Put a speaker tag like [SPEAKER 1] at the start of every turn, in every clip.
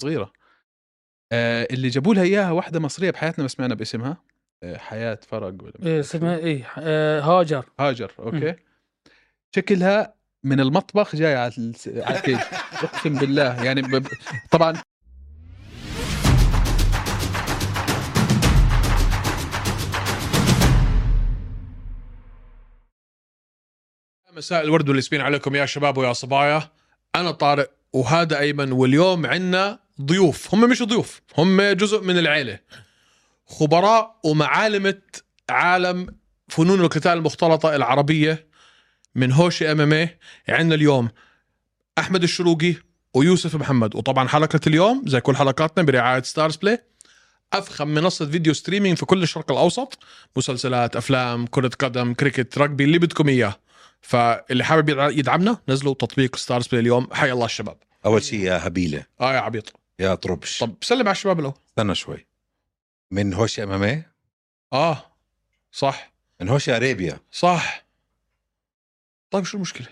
[SPEAKER 1] صغيره آه اللي جابوا لها اياها واحده مصريه بحياتنا ما سمعنا باسمها آه حياه فرج ولا
[SPEAKER 2] إيه اسمها اي هاجر
[SPEAKER 1] هاجر اوكي شكلها من المطبخ جاي على الس- على الكيج اقسم بالله يعني ب... ب- طبعا
[SPEAKER 3] مساء الورد والياسمين عليكم يا شباب ويا صبايا انا طارق وهذا ايمن واليوم عندنا ضيوف هم مش ضيوف هم جزء من العيله خبراء ومعالمه عالم فنون القتال المختلطه العربيه من هوشي ام ام عندنا اليوم احمد الشروقي ويوسف محمد وطبعا حلقه اليوم زي كل حلقاتنا برعايه ستارز بلاي افخم منصه فيديو ستريمينج في كل الشرق الاوسط مسلسلات افلام كره قدم كريكت رugby اللي بدكم اياه فاللي حابب يدع- يدعمنا نزلوا تطبيق ستارز بلاي اليوم حي الله الشباب
[SPEAKER 4] اول شيء يا هبيله
[SPEAKER 3] اه يا عبيط
[SPEAKER 4] يا طربش
[SPEAKER 3] طب سلم على الشباب الاول
[SPEAKER 4] استنى شوي من هوشي امامي
[SPEAKER 3] اه صح
[SPEAKER 4] إيه؟ من هوشي اريبيا
[SPEAKER 3] صح طيب شو المشكلة؟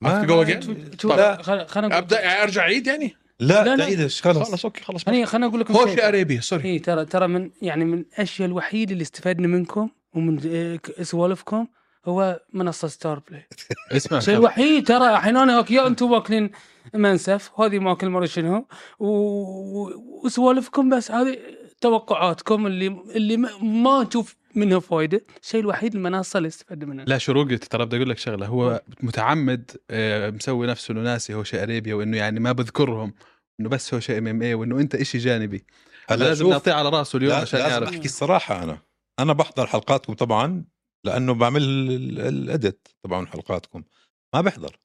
[SPEAKER 3] ما
[SPEAKER 4] ما-
[SPEAKER 3] في جو
[SPEAKER 4] ما-
[SPEAKER 3] again؟
[SPEAKER 2] شوف
[SPEAKER 4] لا.
[SPEAKER 2] خل- خلنا
[SPEAKER 3] ابدا يعني ارجع عيد يعني؟
[SPEAKER 4] لا إيه
[SPEAKER 2] لا، لا.
[SPEAKER 4] لا لا خلص
[SPEAKER 3] خلص اوكي خلص
[SPEAKER 2] خليني خليني اقول لكم
[SPEAKER 3] هوشي اريبيا سوري
[SPEAKER 2] اي ترى ترى من يعني من الاشياء الوحيده اللي استفدنا منكم ومن إيه، ك- سوالفكم هو منصه ستار بلاي
[SPEAKER 1] اسمع
[SPEAKER 2] الشيء الوحيد ترى الحين انا هوك يا انتم واكلين منسف وهذه ماكل مرة شنو و- و- وسوالفكم بس هذه توقعاتكم اللي اللي ما- ما نشوف منها فايده الشيء الوحيد المنصه اللي استفدنا منها
[SPEAKER 1] لا شروقي ترى بدي اقول لك شغله هو متعمد آه، مسوي نفسه انه ناسي هوشي اريبيا وانه يعني ما بذكرهم انه بس هوشي ام ام اي وانه انت إيه إشي جانبي
[SPEAKER 4] هلا
[SPEAKER 1] لازم
[SPEAKER 4] شوف
[SPEAKER 1] نعطيه على راسه اليوم
[SPEAKER 4] لا-
[SPEAKER 1] عشان
[SPEAKER 4] لازم
[SPEAKER 1] يعرف
[SPEAKER 4] احكي الصراحه انا انا بحضر حلقاتكم طبعا لانه بعمل الاديت طبعا حلقاتكم ما بحضر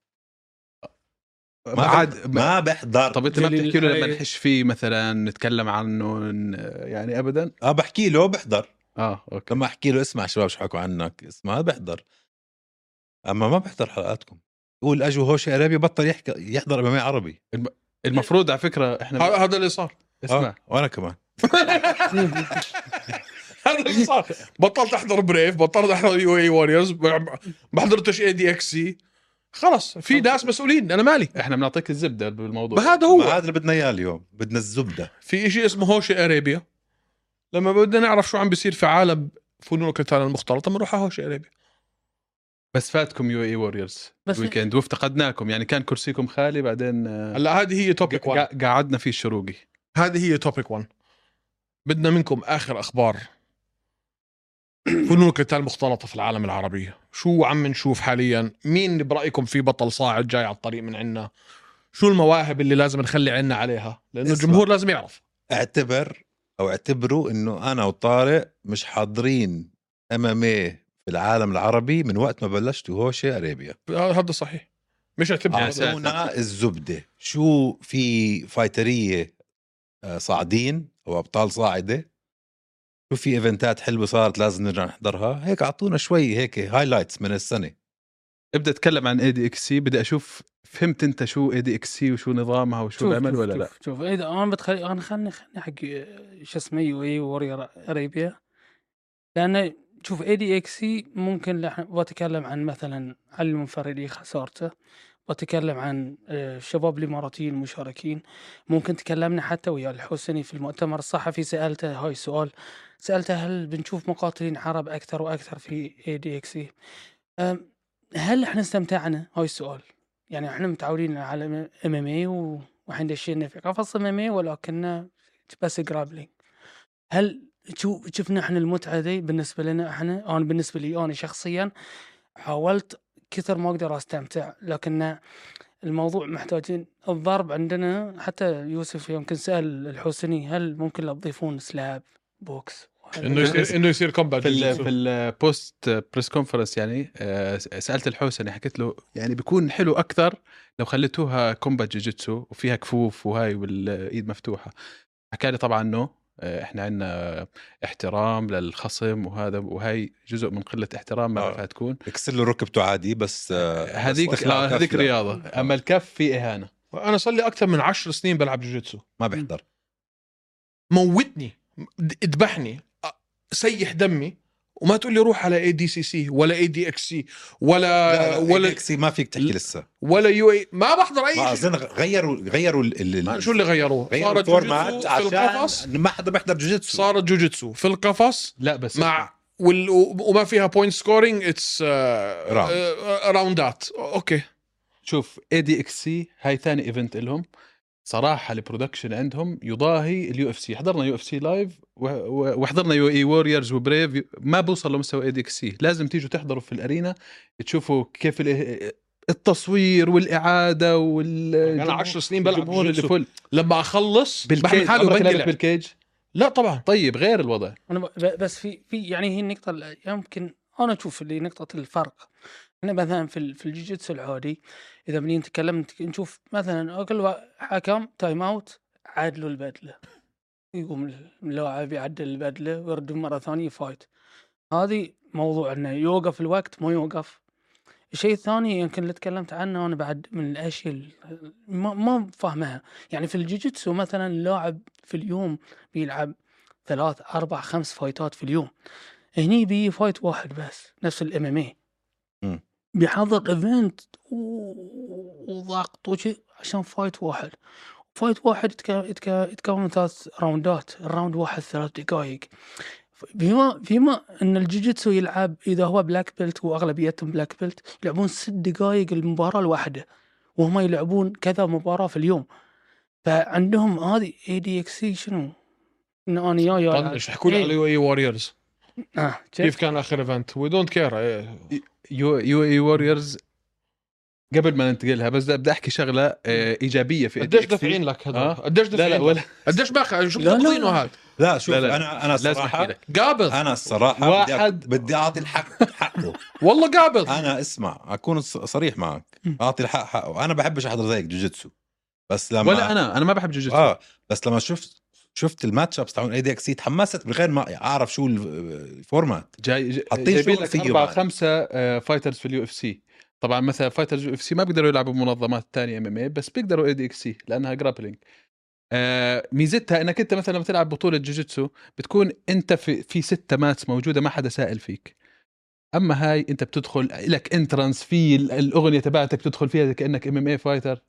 [SPEAKER 4] ما
[SPEAKER 1] عاد
[SPEAKER 4] بحضر. ما إيه. بحضر
[SPEAKER 1] طب انت ما
[SPEAKER 2] جليل
[SPEAKER 1] بتحكي له لما
[SPEAKER 2] الحي.
[SPEAKER 1] نحش فيه مثلا نتكلم عنه ن- يعني ابدا
[SPEAKER 4] اه بحكي له بحضر
[SPEAKER 1] اه
[SPEAKER 3] آه،
[SPEAKER 1] اوكي
[SPEAKER 4] لما احكي له اسمع شباب شو حكوا عنك اسمع بحضر اما ما بحضر حلقاتكم يقول اجوا هوشي اريبيا بطل يحكي يحضر امامي عربي
[SPEAKER 1] المفروض على فكره احنا
[SPEAKER 3] ه- هذا اللي صار
[SPEAKER 1] اسمع
[SPEAKER 4] آه وانا كمان
[SPEAKER 3] هذا اللي صار بطلت احضر بريف بطلت احضر يو إيه اي واريورز ما حضرتش اي دي اكس سي خلص في ناس مسؤولين انا مالي
[SPEAKER 1] احنا بنعطيك الزبده بالموضوع
[SPEAKER 3] هذا
[SPEAKER 4] هو
[SPEAKER 3] هو
[SPEAKER 4] هذا اللي بدنا اياه اليوم بدنا الزبده
[SPEAKER 3] في شيء اسمه هوشي اريبيا لما بدنا نعرف شو عم بيصير في عالم فنون القتال المختلطه بنروح على هوشي اريبيا
[SPEAKER 1] بس فاتكم يو إيه اي ووريرز
[SPEAKER 2] بس-
[SPEAKER 1] بس ويكند وافتقدناكم يعني كان كرسيكم خالي بعدين آه،
[SPEAKER 3] هلا هذه هي توبيك 1
[SPEAKER 1] قا- قعدنا فيه الشروقي
[SPEAKER 3] هذه هي توبيك 1 بدنا منكم اخر اخبار فنون القتال مختلطة في العالم العربي شو عم نشوف حاليا مين برأيكم في بطل صاعد جاي على الطريق من عنا شو المواهب اللي لازم نخلي عنا عليها لأنه
[SPEAKER 4] اسمع.
[SPEAKER 3] الجمهور لازم يعرف
[SPEAKER 4] اعتبر او اعتبروا انه انا وطارق مش حاضرين امامي في العالم العربي من وقت ما بلشتوا هوشي اريبيا
[SPEAKER 3] آه، هذا صحيح مش
[SPEAKER 4] آه،
[SPEAKER 3] اعتبر
[SPEAKER 1] ساتر.
[SPEAKER 4] اعطونا الزبده شو في فايتريه آه، صاعدين او ابطال صاعده شو في ايفنتات حلوه صارت لازم نرجع نحضرها هيك اعطونا شوي هيك هايلايتس من السنه
[SPEAKER 1] ابدا اتكلم عن اي دي اكس سي بدي اشوف فهمت انت شو اي دي اكس سي وشو نظامها وشو العمل ولا لا
[SPEAKER 2] شوف, شوف اذا انا بتخلي انا خلني خلني حق آه، شو اسمه يو اي وورير اريبيا لانه شوف اي دي اكسي ممكن لح- بتكلم عن مثلا علي المنفردي خسارته بتكلم عن آه، الشباب الاماراتيين المشاركين ممكن تكلمنا حتى ويا الحسني في المؤتمر الصحفي سالته هاي سؤال سالته هل بنشوف مقاتلين عرب اكثر واكثر في اي دي اكسي هل احنا استمتعنا هاي السؤال يعني احنا متعودين على ام ام اي وحين دشينا في قفص ام ام اي ولكن بس جرابلينج هل تشو- شفنا احنا المتعه دي بالنسبه لنا احنا انا بالنسبه لي انا شخصيا حاولت كثر ما اقدر استمتع لكن الموضوع محتاجين الضرب عندنا حتى يوسف يمكن سال الحسني هل ممكن لا تضيفون سلاب بوكس
[SPEAKER 3] انه يصير انه يصير كومبات
[SPEAKER 1] في ال في البوست بريس كونفرنس يعني آه، سالت الحوسني حكيت له يعني بيكون حلو اكثر لو خليتوها كومبات جوجيتسو وفيها كفوف وهاي والايد مفتوحه حكى لي طبعا نو آه، احنا عندنا احترام للخصم وهذا وهاي جزء من قله احترام ما
[SPEAKER 4] آه.
[SPEAKER 1] بعرفها تكون
[SPEAKER 4] اكسر له ركبته عادي بس آه، بس
[SPEAKER 1] هذيك
[SPEAKER 4] واخلع
[SPEAKER 1] آه، هذيك
[SPEAKER 4] كف لا.
[SPEAKER 1] رياضه اما الكف في اهانه
[SPEAKER 3] انا صار لي اكثر من عشر سنين بلعب جوجيتسو
[SPEAKER 4] ما بحضر
[SPEAKER 3] موتني د- اذبحني أ- سيح دمي وما تقول لي روح على اي دي سي سي ولا اي دي اكس سي
[SPEAKER 1] آه،
[SPEAKER 3] ولا
[SPEAKER 4] ولا
[SPEAKER 3] ولا
[SPEAKER 4] اكسي ما فيك تحكي لسه
[SPEAKER 3] ولا يو اي ما بحضر
[SPEAKER 4] ما
[SPEAKER 3] اي شيء
[SPEAKER 4] اظن غيروا غيروا ال- ال-
[SPEAKER 3] شو اللي غيروه؟
[SPEAKER 4] غيروا
[SPEAKER 3] صارت جوجيتسو
[SPEAKER 4] الفورمات
[SPEAKER 3] في القفص
[SPEAKER 4] عشان ما حدا بيحضر جوجيتسو
[SPEAKER 3] صارت جوجيتسو في القفص
[SPEAKER 1] لا بس
[SPEAKER 3] مع وال... و- وما فيها بوينت سكورينج اتس
[SPEAKER 4] Round.
[SPEAKER 3] آه، راوندات uh, اوكي
[SPEAKER 1] شوف اي دي اكس سي هاي ثاني ايفنت لهم صراحه البرودكشن عندهم يضاهي اليو اف سي حضرنا يو اف سي لايف وحضرنا يو اي ووريرز وبريف ما بوصل لمستوى اي دي اكس سي لازم تيجوا تحضروا في الارينا تشوفوا كيف ال- التصوير والاعاده وال
[SPEAKER 3] انا 10 سنين بلعب
[SPEAKER 1] الجمهور اللي
[SPEAKER 3] جوجيتسو
[SPEAKER 1] فل
[SPEAKER 3] لما اخلص بحمل
[SPEAKER 1] بالكيج
[SPEAKER 3] حالي
[SPEAKER 1] عمرك لعبت
[SPEAKER 3] وبنقلع
[SPEAKER 1] بالكيج
[SPEAKER 3] لا طبعا
[SPEAKER 1] طيب غير الوضع
[SPEAKER 2] انا ب- بس في في يعني هي النقطه اللي يمكن انا اشوف اللي نقطه الفرق احنا مثلا في ال- في الجوجيتسو العودي اذا بني نتكلم نتك- نشوف مثلا كل وا- حكم تايم اوت عادلوا البدله يقوم اللاعب يعدل البدله ويردون مره ثانيه فايت هذه موضوع انه يوقف الوقت ما يوقف الشيء الثاني يمكن اللي تكلمت عنه انا بعد من الاشياء ال- ما ما فاهمها يعني في الجوجيتسو مثلا اللاعب في اليوم بيلعب ثلاث اربع خمس فايتات في اليوم هني بيجي فايت واحد بس نفس الام ام اي
[SPEAKER 4] مم.
[SPEAKER 2] إيه. بيحضر ايفنت وضغط وشي عشان فايت واحد فايت واحد يتك- يتك- يتكون من ثلاث راوندات الراوند واحد ثلاث دقائق فيما فيما ان الجوجيتسو يلعب اذا هو بلاك بيلت واغلبيتهم بلاك بيلت يلعبون ست دقائق المباراه الواحده وهم يلعبون كذا مباراه في اليوم فعندهم هذه اي دي اكس شنو؟ ان انا يا يا
[SPEAKER 3] طنش احكوا لي على يو اي ووريرز
[SPEAKER 2] إيه. آه،
[SPEAKER 3] كيف كان اخر ايفنت وي دونت كير
[SPEAKER 1] يو يو اي ووريرز قبل ما ننتقلها بس بدي احكي شغله آه، ايجابيه في
[SPEAKER 3] قديش
[SPEAKER 1] ADXC.
[SPEAKER 3] دافعين لك هذا
[SPEAKER 1] آه.
[SPEAKER 3] قديش
[SPEAKER 1] لا
[SPEAKER 3] دافعين
[SPEAKER 1] لا ولا
[SPEAKER 3] قديش باخذ شو
[SPEAKER 2] لا، لا،
[SPEAKER 3] بتقضينه
[SPEAKER 2] لا.
[SPEAKER 3] هذا
[SPEAKER 4] لا شوف
[SPEAKER 1] لا، لا.
[SPEAKER 4] انا انا
[SPEAKER 1] لازم احكي
[SPEAKER 4] الصراحه
[SPEAKER 1] لك
[SPEAKER 3] قابض
[SPEAKER 4] انا الصراحه
[SPEAKER 1] واحد-
[SPEAKER 4] بدي أعط- بدي اعطي الحق حقه
[SPEAKER 3] والله قابض
[SPEAKER 4] انا اسمع اكون ص- صريح معك
[SPEAKER 2] مم.
[SPEAKER 4] اعطي الحق حقه انا بحبش احضر زيك جوجيتسو بس لما
[SPEAKER 1] ولا انا انا ما بحب جوجيتسو
[SPEAKER 4] اه بس لما شفت شفت الماتش ابس تاعون اي دي اكس تحمست من غير ما اعرف شو ال- الفورمات
[SPEAKER 1] جاي
[SPEAKER 4] حاطين
[SPEAKER 1] جايبين
[SPEAKER 4] شغل
[SPEAKER 1] لك
[SPEAKER 4] فيه
[SPEAKER 1] اربع
[SPEAKER 4] بعد.
[SPEAKER 1] خمسه آه، فايترز في اليو اف سي طبعا مثلا فايترز يو اف سي ما بيقدروا يلعبوا بمنظمات تانية ام ام اي بس بيقدروا اي دي اكس سي لانها جرابلينج آه ميزتها انك انت مثلا لما تلعب بطوله جوجيتسو بتكون انت في في سته ماتس موجوده ما حدا سائل فيك اما هاي انت بتدخل لك انترنس في ال- الاغنيه تبعتك بتدخل فيها كانك ام ام اي فايتر إيه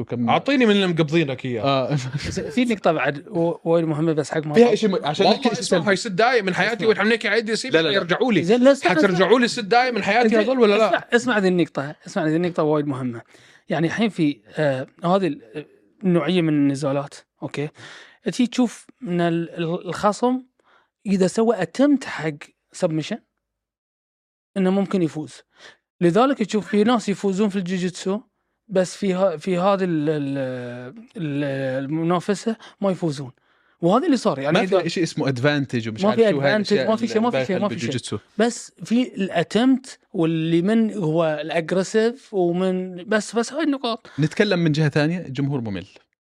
[SPEAKER 1] شو كم
[SPEAKER 3] اعطيني من اللي مقبضينك اياه
[SPEAKER 1] اه
[SPEAKER 2] بس في نقطه بعد و- وايد مهمه بس حق ما
[SPEAKER 1] فيها شيء م... عشان
[SPEAKER 3] والله
[SPEAKER 1] نحكي شيء
[SPEAKER 3] اسمع
[SPEAKER 1] سلبي
[SPEAKER 3] هاي ست دقائق من حياتي
[SPEAKER 2] اسمع.
[SPEAKER 3] واحنا بنحكي عن دي سي
[SPEAKER 1] لا، لا، لا.
[SPEAKER 3] يرجعوا لي
[SPEAKER 2] زين لا استنى، استنى.
[SPEAKER 3] حترجعوا لي ست دقائق من حياتي هذول ولا لا؟
[SPEAKER 2] اسمع اسمع هذه النقطة، اسمع هذه النقطة وايد مهمة. يعني الحين في آه هذه ال- النوعية من النزالات، اوكي؟ تجي تشوف من ال- ال- الخصم إذا سوى اتمت حق سبمشن انه ممكن يفوز. لذلك تشوف في ناس يفوزون في الجوجيتسو بس في ها في هذه ال- ال- ال- المنافسة ما يفوزون. وهذا اللي صار يعني
[SPEAKER 1] ما
[SPEAKER 2] إذا-
[SPEAKER 1] في شيء اسمه ادفانتج ومش
[SPEAKER 2] ما
[SPEAKER 1] عارف
[SPEAKER 2] في
[SPEAKER 1] شو هاي
[SPEAKER 2] advantage،
[SPEAKER 1] الأشياء
[SPEAKER 2] ما في شيء، ما في
[SPEAKER 1] اللي
[SPEAKER 2] شيء، ما في شيء.
[SPEAKER 1] بالجوجيتسو.
[SPEAKER 2] بس في الاتمت واللي من هو الاجريسيف ومن بس بس هاي النقاط
[SPEAKER 1] نتكلم من جهه ثانيه الجمهور ممل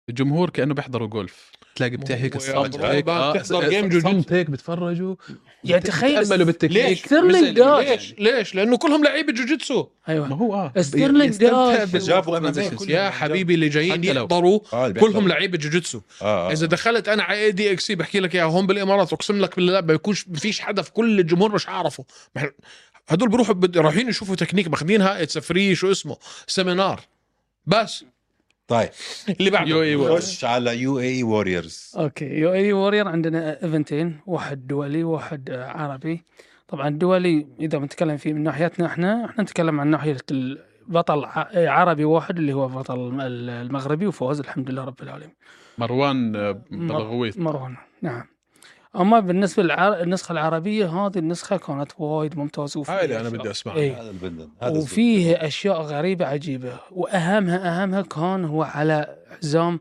[SPEAKER 1] الجمهور كانه بيحضروا جولف تلاقي بتاع هيك
[SPEAKER 3] مو-
[SPEAKER 1] الصمت
[SPEAKER 3] يا
[SPEAKER 1] هيك
[SPEAKER 3] برو، بتحضر
[SPEAKER 1] آه،
[SPEAKER 3] جيم جوجيتسو.
[SPEAKER 1] صمت هيك بتفرجوا
[SPEAKER 2] يعني تخيل
[SPEAKER 1] تأملوا بالتكنيك
[SPEAKER 3] ليش؟
[SPEAKER 2] كثير من
[SPEAKER 1] مش زي
[SPEAKER 2] الجاي.
[SPEAKER 1] اللي-
[SPEAKER 3] ليش؟ ليش؟ لانه كلهم لعيبه جوجيتسو
[SPEAKER 1] ما
[SPEAKER 2] ايوه
[SPEAKER 1] هو اه
[SPEAKER 2] استيرلينج
[SPEAKER 1] يستمتع
[SPEAKER 2] داش.
[SPEAKER 1] بال-
[SPEAKER 4] جابوا MMA
[SPEAKER 1] transitions.
[SPEAKER 4] كلهم. يعني
[SPEAKER 3] يا حبيبي اللي جايين
[SPEAKER 1] حتى لو.
[SPEAKER 3] يحضروا
[SPEAKER 4] آه، اللي بيحضروا.
[SPEAKER 3] كلهم لعيبه جوجيتسو
[SPEAKER 4] آه، آه.
[SPEAKER 3] اذا دخلت انا على اي دي اكس بحكي لك اياها هون بالامارات اقسم لك بالله ما يكونش ما فيش حدا في كل الجمهور مش عارفه ما- هدول بيروحوا بد- رايحين يشوفوا تكنيك ماخذينها اتس فري شو اسمه سيمينار بس
[SPEAKER 4] طيب
[SPEAKER 3] اللي
[SPEAKER 1] يو إي
[SPEAKER 3] بعده
[SPEAKER 1] ووريرز.
[SPEAKER 4] خش على يو اي ووريرز
[SPEAKER 2] اوكي يو اي وورير عندنا ايفنتين واحد دولي واحد آه، عربي طبعا الدولي اذا بنتكلم فيه من ناحيتنا احنا احنا نتكلم عن ناحيه البطل ع- عربي واحد اللي هو بطل ال- المغربي وفوز الحمد لله رب العالمين
[SPEAKER 1] مروان آه، بلغويت
[SPEAKER 2] مروان نعم اما بالنسبه للنسخه العربيه هذه النسخه كانت وايد ممتازه وفيها
[SPEAKER 3] هاي اللي انا
[SPEAKER 2] أشياء.
[SPEAKER 3] بدي اسمعها
[SPEAKER 2] إيه.
[SPEAKER 4] هذا البندن هذا
[SPEAKER 2] وفيه اشياء غريبه عجيبه واهمها اهمها كان هو على حزام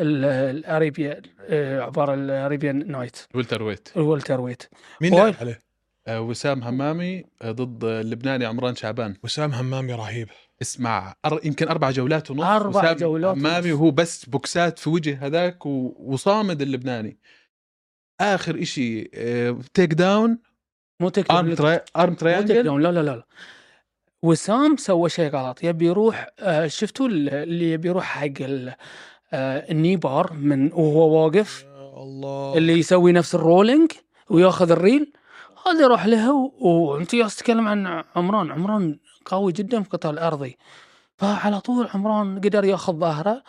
[SPEAKER 2] ال- الاريبيا آه، عباره الاريبيان نايت
[SPEAKER 1] ولتر ويت
[SPEAKER 2] الولتر ويت
[SPEAKER 3] مين
[SPEAKER 2] وايد.
[SPEAKER 3] لعب عليه؟
[SPEAKER 1] آه، وسام همامي آه، ضد آه، اللبناني عمران شعبان
[SPEAKER 3] وسام همامي رهيب
[SPEAKER 1] اسمع أر... يمكن اربع جولات ونص
[SPEAKER 2] أربع
[SPEAKER 1] وسام
[SPEAKER 2] جولات
[SPEAKER 1] امامي
[SPEAKER 2] ونص.
[SPEAKER 1] وهو بس بوكسات في وجه هذاك و... وصامد اللبناني آه، اخر شيء تيك داون
[SPEAKER 2] مو
[SPEAKER 1] ارم
[SPEAKER 2] تكلم
[SPEAKER 1] تري... ارم
[SPEAKER 2] مو
[SPEAKER 1] تريانجل
[SPEAKER 2] تكلم لا لا لا لا. وسام سوى شيء غلط يبي يروح آه، شفتوا ال- اللي يبي يروح حق ال- آه، النيبار من وهو واقف
[SPEAKER 3] الله
[SPEAKER 2] اللي يسوي نفس الرولينج وياخذ الريل هذا يروح لها و- وانت جالس تتكلم عن عمران عمران قوي جدا في قتال ارضي فعلى طول عمران قدر ياخذ ظهره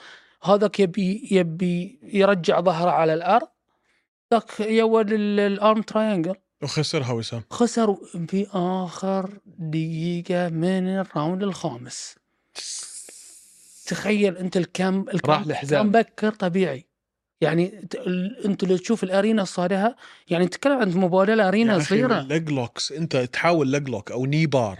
[SPEAKER 2] هذاك يبي يبي يرجع ظهره على الارض ذاك يول ال- الارم تراينجل
[SPEAKER 3] وخسرها وسام
[SPEAKER 2] خسر في اخر دقيقه من الراوند الخامس تخيل انت الكم
[SPEAKER 1] راح
[SPEAKER 2] الكم
[SPEAKER 1] لحزام.
[SPEAKER 2] مبكر طبيعي يعني ت- ال- انت لو تشوف الارينا الصالحه يعني تتكلم عن مباراه
[SPEAKER 3] يا
[SPEAKER 2] الارينا
[SPEAKER 3] أخي
[SPEAKER 2] صغيره
[SPEAKER 3] الليج لوكس انت تحاول ليج لوك او ني بار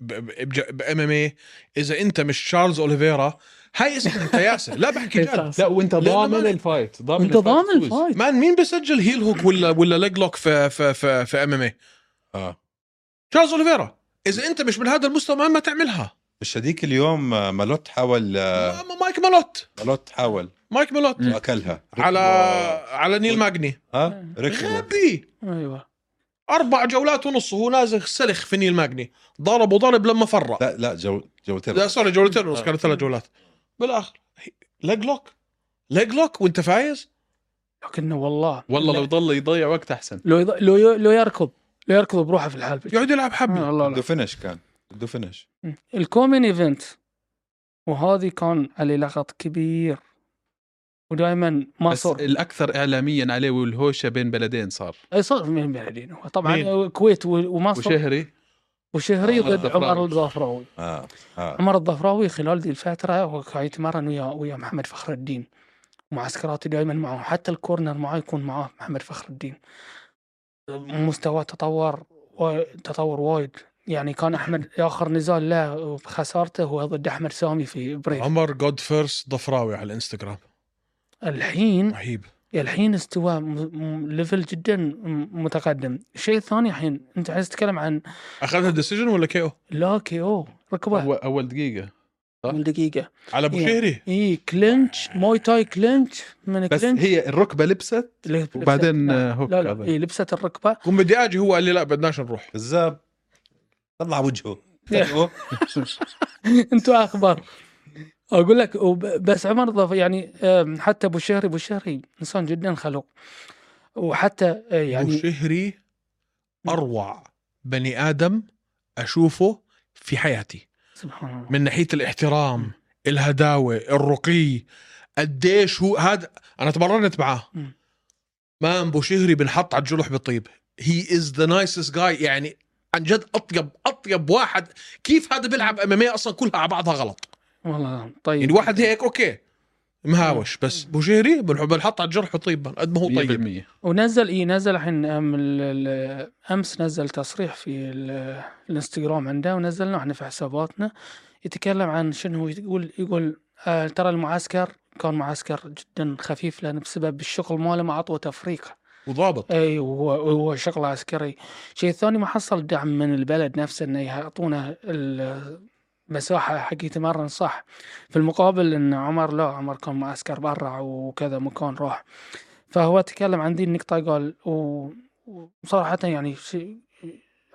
[SPEAKER 3] بام ام اي اذا انت مش تشارلز اوليفيرا هاي اسمها تياسه لا
[SPEAKER 2] إيه،
[SPEAKER 3] بحكي جد
[SPEAKER 1] لا وانت
[SPEAKER 3] لأنه
[SPEAKER 1] ضامن
[SPEAKER 3] ما-
[SPEAKER 1] الفايت ضامن
[SPEAKER 2] انت ضامن
[SPEAKER 1] تفوز.
[SPEAKER 2] الفايت
[SPEAKER 3] مان مين بيسجل هيل هوك ولا ولا ليج لوك في في في, في ام ام اي
[SPEAKER 4] اه
[SPEAKER 3] تشارلز اوليفيرا اذا انت مش من هذا المستوى ما ما تعملها
[SPEAKER 4] مش هذيك اليوم آه، مالوت حاول آه،
[SPEAKER 3] ما- ما- مايك مالوت
[SPEAKER 4] مالوت حاول
[SPEAKER 3] مايك مالوت
[SPEAKER 1] مم.
[SPEAKER 4] واكلها
[SPEAKER 3] على
[SPEAKER 4] ركبه-
[SPEAKER 3] على نيل ماجني
[SPEAKER 4] ها ركبه
[SPEAKER 3] غبي
[SPEAKER 2] ايوه
[SPEAKER 3] اربع جولات ونص وهو نازل سلخ في نيل ماجني ضرب وضرب لما فرق
[SPEAKER 4] لا لا جو جو
[SPEAKER 3] لا
[SPEAKER 4] ترى
[SPEAKER 3] سوري جولتين ونص
[SPEAKER 1] آه.
[SPEAKER 3] كانت ثلاث جولات بالاخر ليج لوك ليج لوك وانت فايز
[SPEAKER 2] لكنه والله
[SPEAKER 1] والله لو ضل يضيع وقت احسن
[SPEAKER 2] لو يض- لو ي- لو يركض لو يركض بروحه في الحلبة
[SPEAKER 3] يقعد يلعب
[SPEAKER 2] آه،
[SPEAKER 3] حبل
[SPEAKER 2] والله لا.
[SPEAKER 4] بده فينش كان بده فينش
[SPEAKER 2] الكومين ايفنت وهذه كان عليه لغط كبير ودائما ما
[SPEAKER 1] بس
[SPEAKER 2] صار
[SPEAKER 1] الاكثر اعلاميا عليه والهوشه بين بلدين صار
[SPEAKER 2] اي صار من بعدين هو طبعا
[SPEAKER 3] مين؟
[SPEAKER 2] الكويت و-
[SPEAKER 1] آه،
[SPEAKER 2] ومصر
[SPEAKER 1] وشهري
[SPEAKER 2] وشهري
[SPEAKER 4] آه،
[SPEAKER 2] ضد
[SPEAKER 1] الظفراوي.
[SPEAKER 2] عمر الظفراوي
[SPEAKER 4] اه اه
[SPEAKER 2] عمر الظفراوي خلال ذي الفتره هو كان يتمرن ويا ويا محمد فخر الدين معسكراته دائما معه حتى الكورنر معه يكون معه محمد فخر الدين مستواه تطور و- تطور وايد يعني كان احمد اخر نزال له بخسارته هو ضد احمد سامي في بريف
[SPEAKER 3] عمر جود فيرس ضفراوي على الانستغرام
[SPEAKER 2] الحين
[SPEAKER 3] رهيب
[SPEAKER 2] الحين استوى م- م- ليفل جدا م- متقدم الشيء الثاني الحين انت عايز تتكلم عن
[SPEAKER 3] اخذها ديسيجن ولا كي او
[SPEAKER 2] لا كي او ركبه
[SPEAKER 1] اول, أول دقيقه صح؟
[SPEAKER 2] من دقيقه
[SPEAKER 3] على ابو
[SPEAKER 2] إيه.
[SPEAKER 3] شهري
[SPEAKER 2] اي كلينش موي تاي كلينش من
[SPEAKER 1] بس
[SPEAKER 2] كلينش
[SPEAKER 1] هي الركبه لبست
[SPEAKER 2] لبست-
[SPEAKER 1] وبعدين
[SPEAKER 2] لا
[SPEAKER 1] آه، هوك
[SPEAKER 2] لا, لا
[SPEAKER 1] هذا.
[SPEAKER 2] اي لبست الركبه
[SPEAKER 3] كوميدي اجي هو قال لي لا بدناش نروح
[SPEAKER 4] كذاب طلع وجهه
[SPEAKER 2] يا.
[SPEAKER 4] فجأة.
[SPEAKER 2] انتوا اخبار اقول لك وب- بس عمر ضف يعني آم، حتى ابو شهري ابو شهري انسان جدا خلوق وحتى آه،
[SPEAKER 3] يعني
[SPEAKER 2] يعني
[SPEAKER 3] شهري اروع بني ادم اشوفه في حياتي
[SPEAKER 2] سبحان الله
[SPEAKER 3] من ناحيه الاحترام الهداوه الرقي قديش هو هذا انا تمرنت معاه
[SPEAKER 2] مم.
[SPEAKER 3] مان ابو شهري بنحط على الجلح بالطيب هي از ذا نايسست جاي يعني عن جد اطيب اطيب واحد كيف هذا بيلعب امامية اصلا كلها على بعضها غلط
[SPEAKER 2] والله طيب
[SPEAKER 3] يعني واحد هيك اوكي مهاوش بس ابو شهري بنح- بنحط على الجرح طيب قد ما هو طيب
[SPEAKER 1] 100%
[SPEAKER 2] ونزل اي نزل الحين أم- ال- ال- امس نزل تصريح في ال- الانستغرام عنده ونزلنا احنا في حساباتنا يتكلم عن شنو هو يقول يقول آه ترى المعسكر كان معسكر جدا خفيف لان بسبب الشغل ماله ما عطوه تفريقه
[SPEAKER 3] وضابط
[SPEAKER 2] اي إيه، وهو وهو شغل عسكري شيء ثاني ما حصل دعم من البلد نفسه انه يعطونه ال- مساحة حق يتمرن صح في المقابل ان عمر لا عمر كان معسكر برا وكذا مكان راح فهو تكلم عن ذي النقطة قال و- وصراحة يعني شيء-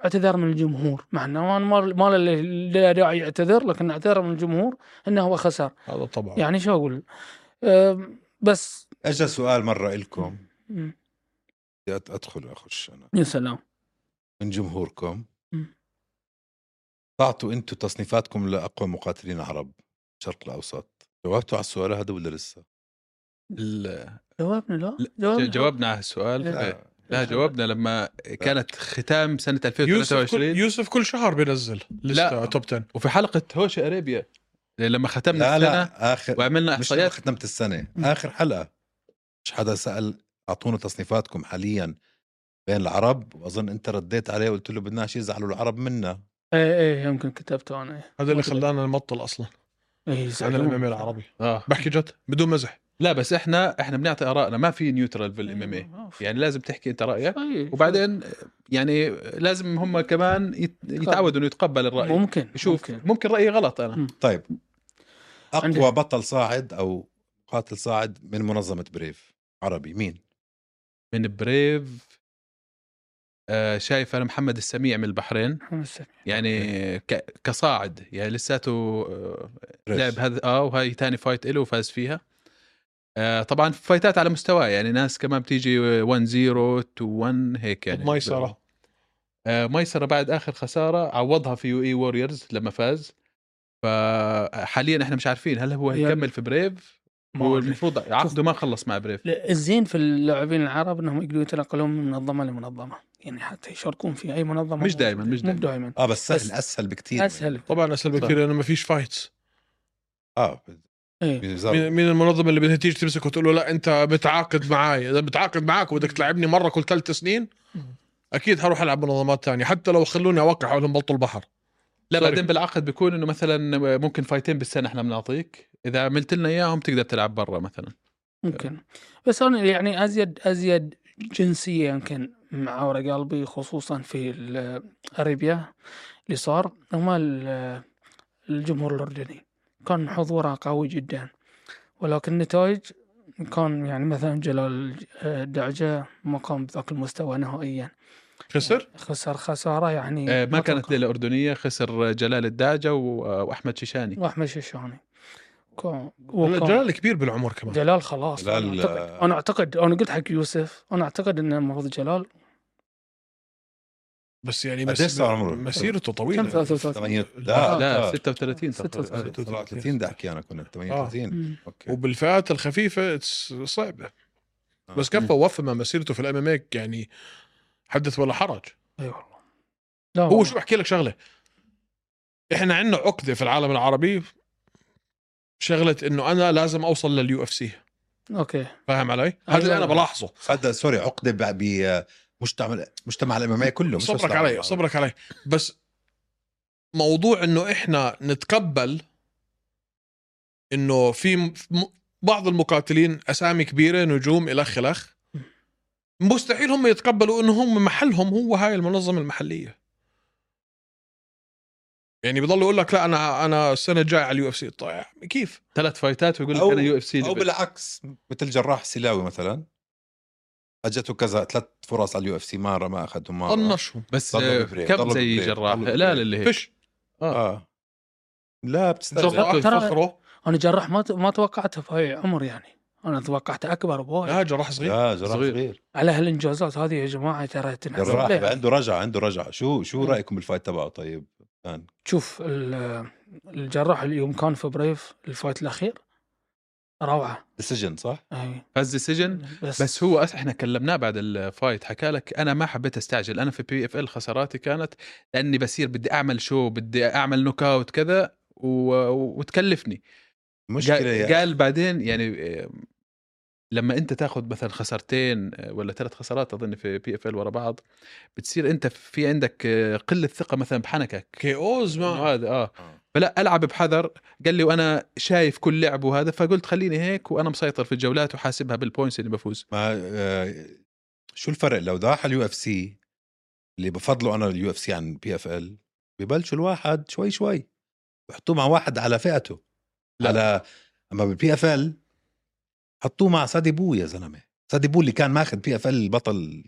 [SPEAKER 2] اعتذر من الجمهور مع انه ما ما له- له داعي يعتذر لكن اعتذر من الجمهور انه هو خسر
[SPEAKER 3] هذا طبعا
[SPEAKER 2] يعني شو اقول أم، بس
[SPEAKER 4] اجا سؤال مره الكم
[SPEAKER 2] أم،
[SPEAKER 4] بدي أت- ادخل اخش انا
[SPEAKER 2] يا سلام
[SPEAKER 4] من جمهوركم
[SPEAKER 2] مم.
[SPEAKER 4] تعطوا انتم تصنيفاتكم لاقوى مقاتلين عرب الشرق الاوسط جاوبتوا على السؤال هذا ولا لسه؟
[SPEAKER 1] ال-
[SPEAKER 2] جوابنا لا
[SPEAKER 1] لا،
[SPEAKER 2] جوابنا
[SPEAKER 1] ج- جاوبنا على السؤال
[SPEAKER 2] لا.
[SPEAKER 4] آه.
[SPEAKER 1] إيه. لا جاوبنا لما كانت ختام سنه
[SPEAKER 3] يوسف كل,
[SPEAKER 1] 2023
[SPEAKER 3] يوسف كل شهر بينزل لسه
[SPEAKER 1] لا.
[SPEAKER 3] توب 10
[SPEAKER 1] وفي حلقه هوشه اريبيا يعني لما ختمنا
[SPEAKER 4] لا
[SPEAKER 1] السنه
[SPEAKER 4] لا اخر
[SPEAKER 1] وعملنا
[SPEAKER 4] مش لما
[SPEAKER 1] احصائيات
[SPEAKER 4] ختمت السنه
[SPEAKER 2] مم.
[SPEAKER 4] اخر حلقه مش حدا سال اعطونا تصنيفاتكم حاليا بين العرب واظن انت رديت عليه وقلت له بدناش يزعلوا العرب منا
[SPEAKER 2] ايه ايه يمكن كتبته انا إيه.
[SPEAKER 3] هذا اللي خلانا نبطل اصلا
[SPEAKER 1] إيه،
[SPEAKER 2] ايه
[SPEAKER 3] عن
[SPEAKER 2] يزعلون.
[SPEAKER 3] الام العربي
[SPEAKER 1] آه.
[SPEAKER 3] بحكي جد بدون مزح
[SPEAKER 1] لا بس احنا احنا بنعطي ارائنا ما في نيوترال بالام ام
[SPEAKER 2] آه،
[SPEAKER 1] اي يعني لازم تحكي انت رايك
[SPEAKER 2] إيه.
[SPEAKER 1] وبعدين يعني لازم هم كمان يت- يتعودوا انه يتقبل الراي
[SPEAKER 2] ممكن
[SPEAKER 1] شوف
[SPEAKER 2] ممكن.
[SPEAKER 1] ممكن رايي غلط انا
[SPEAKER 4] طيب اقوى
[SPEAKER 2] عندي-
[SPEAKER 4] بطل صاعد او قاتل صاعد من منظمه بريف عربي مين؟
[SPEAKER 1] من بريف آه، شايف انا محمد السميع من البحرين
[SPEAKER 2] خمسة.
[SPEAKER 1] يعني ك- كصاعد يعني لساته آه،
[SPEAKER 4] بريف.
[SPEAKER 1] لعب هذا اه وهي ثاني فايت له وفاز فيها آه طبعا فايتات على مستواه يعني ناس كمان بتيجي 1 0 2 1 هيك يعني
[SPEAKER 3] يعني ميسره
[SPEAKER 1] آه، ميسره بعد اخر خساره عوضها في يو اي ووريرز لما فاز فحاليا احنا مش عارفين هل هو
[SPEAKER 2] يلا.
[SPEAKER 1] هيكمل في بريف
[SPEAKER 2] ما
[SPEAKER 1] هو
[SPEAKER 2] أدري.
[SPEAKER 1] المفروض عقده ما خلص مع بريف
[SPEAKER 2] لا، الزين في اللاعبين العرب انهم يقدروا يتنقلون من منظمه لمنظمه يعني حتى يشاركون في اي منظمه
[SPEAKER 1] مش دايماً، مش
[SPEAKER 2] مو
[SPEAKER 1] دايماً.
[SPEAKER 2] دايما
[SPEAKER 4] اه بس سهل
[SPEAKER 2] بس
[SPEAKER 4] اسهل بكثير
[SPEAKER 2] اسهل
[SPEAKER 3] طبعا اسهل بكثير لانه ما فيش فايتس
[SPEAKER 4] اه
[SPEAKER 2] إيه.
[SPEAKER 4] بيزار-
[SPEAKER 3] مين, مين المنظمه اللي بدها تيجي تمسك وتقول له لا انت متعاقد معي اذا بتعاقد معك وبدك تلعبني مره كل ثلاث سنين اكيد حروح العب منظمات تانية حتى لو خلوني اوقع حولهم بلط البحر
[SPEAKER 1] لا
[SPEAKER 3] Sorry.
[SPEAKER 1] بعدين بالعقد بيكون انه مثلا ممكن فايتين بالسنه احنا بنعطيك اذا عملت لنا اياهم تقدر تلعب برا مثلا
[SPEAKER 2] ممكن بس انا يعني ازيد ازيد جنسيه يمكن معورة قلبي خصوصا في ال- اريبيا اللي صار هم ال- الجمهور الاردني كان حضوره قوي جدا ولكن النتائج كان يعني مثلا جلال الدعجه ما قام بذاك المستوى نهائيا
[SPEAKER 3] خسر
[SPEAKER 2] خسر خساره يعني
[SPEAKER 1] آه، ما كانت
[SPEAKER 2] مطلقة.
[SPEAKER 1] ليله اردنيه خسر جلال الداجه و- آه، واحمد شيشاني
[SPEAKER 2] واحمد شيشاني كو-
[SPEAKER 3] هلا
[SPEAKER 2] وكان-
[SPEAKER 3] جلال كبير بالعمر كمان
[SPEAKER 2] جلال خلاص
[SPEAKER 4] جلال-
[SPEAKER 2] أنا, أعتقد. انا اعتقد انا قلت حق يوسف انا اعتقد ان المفروض جلال
[SPEAKER 3] بس يعني
[SPEAKER 4] قديش
[SPEAKER 3] مس...
[SPEAKER 4] صار عمره؟
[SPEAKER 2] كم
[SPEAKER 3] مسيرته طويله
[SPEAKER 2] 33
[SPEAKER 4] ثمانية- لا
[SPEAKER 1] لا
[SPEAKER 4] لا
[SPEAKER 1] 36 ترى.
[SPEAKER 2] 36.
[SPEAKER 4] 37 ده احكي انا كنا 38
[SPEAKER 2] مم.
[SPEAKER 4] اوكي
[SPEAKER 3] وبالفئات الخفيفه it's صعبه بس كفى
[SPEAKER 4] آه.
[SPEAKER 3] وفى مع مسيرته في الام ام يعني حدث ولا حرج
[SPEAKER 2] اي والله لا
[SPEAKER 3] هو شو احكي لك شغله احنا عندنا عقده في العالم العربي شغله انه انا لازم اوصل لليو اف سي
[SPEAKER 2] اوكي
[SPEAKER 3] فاهم علي؟ هذا اللي انا بلاحظه
[SPEAKER 4] هذا سوري عقده ب- بمجتمع مجتمع الاماميه كله مش بس
[SPEAKER 3] صبرك
[SPEAKER 4] العرب.
[SPEAKER 3] علي صبرك علي بس موضوع انه احنا نتقبل انه في م- م- بعض المقاتلين اسامي كبيره نجوم الخ الخ مستحيل هم يتقبلوا انه هم محلهم هو هاي المنظمه المحليه يعني بضلوا يقول لك لا انا انا السنه الجايه على اليو اف سي طيب كيف؟
[SPEAKER 1] ثلاث فايتات ويقول لك
[SPEAKER 4] أو-
[SPEAKER 1] انا يو اف سي
[SPEAKER 4] او بالعكس مثل جراح سلاوي مثلا اجته كذا ثلاث فرص على اليو اف سي مره ما اخذهم مره
[SPEAKER 3] طنشهم
[SPEAKER 1] بس
[SPEAKER 4] ضربة
[SPEAKER 1] آه،
[SPEAKER 4] بالبريك،
[SPEAKER 1] كم
[SPEAKER 4] ضربة
[SPEAKER 1] زي
[SPEAKER 4] بالبريك،
[SPEAKER 1] جراح
[SPEAKER 4] ضربة
[SPEAKER 1] لا
[SPEAKER 4] بالبريك.
[SPEAKER 1] للي هيك
[SPEAKER 3] فيش
[SPEAKER 4] اه لا بتستاهل
[SPEAKER 1] جراح.
[SPEAKER 3] جراح
[SPEAKER 2] ترى-
[SPEAKER 3] فخره
[SPEAKER 2] انا جراح ما ت- ما توقعته في عمر يعني انا توقعته اكبر بوايد
[SPEAKER 3] لا جراح صغير
[SPEAKER 4] لا جراح
[SPEAKER 1] صغير.
[SPEAKER 4] صغير
[SPEAKER 2] على هالانجازات هذه يا جماعه ترى تنحسب
[SPEAKER 4] جراح
[SPEAKER 2] ليه.
[SPEAKER 4] عنده رجعه عنده رجعه شو شو رايكم بالفايت تبعه طيب كان
[SPEAKER 2] شوف ال- الجراح اليوم كان في بريف الفايت الاخير روعه
[SPEAKER 4] السجن صح؟
[SPEAKER 2] اي
[SPEAKER 1] فز السجن
[SPEAKER 2] بس,
[SPEAKER 1] بس هو أس... احنا كلمناه بعد الفايت حكى لك انا ما حبيت استعجل انا في بي اف ال خساراتي كانت لاني بصير بدي اعمل شو بدي اعمل نوك اوت كذا و... وتكلفني
[SPEAKER 4] مشكله
[SPEAKER 1] قال,
[SPEAKER 4] يا
[SPEAKER 1] قال بعدين يعني آم، لما انت تاخذ مثلا خسارتين آه، ولا ثلاث خسارات اظن في بي اف ال ورا بعض بتصير انت في عندك آه، قله ثقه مثلا بحنكك
[SPEAKER 3] كي اوز
[SPEAKER 1] إنه
[SPEAKER 3] ما
[SPEAKER 1] هذا اه
[SPEAKER 4] آه.
[SPEAKER 1] فلا العب بحذر قال لي وانا شايف كل لعب وهذا فقلت خليني هيك وانا مسيطر في الجولات وحاسبها بالبوينتس اللي بفوز
[SPEAKER 4] ما آه، شو الفرق لو راح اليو اف سي اللي بفضله انا اليو اف سي عن بي اف ال ببلشوا الواحد شوي شوي بحطوه مع واحد على فئته
[SPEAKER 1] لا.
[SPEAKER 4] لا. على اما بالبي اف ال حطوه مع سادي بو يا زلمه سادي بو اللي كان ماخذ بي اف ال البطل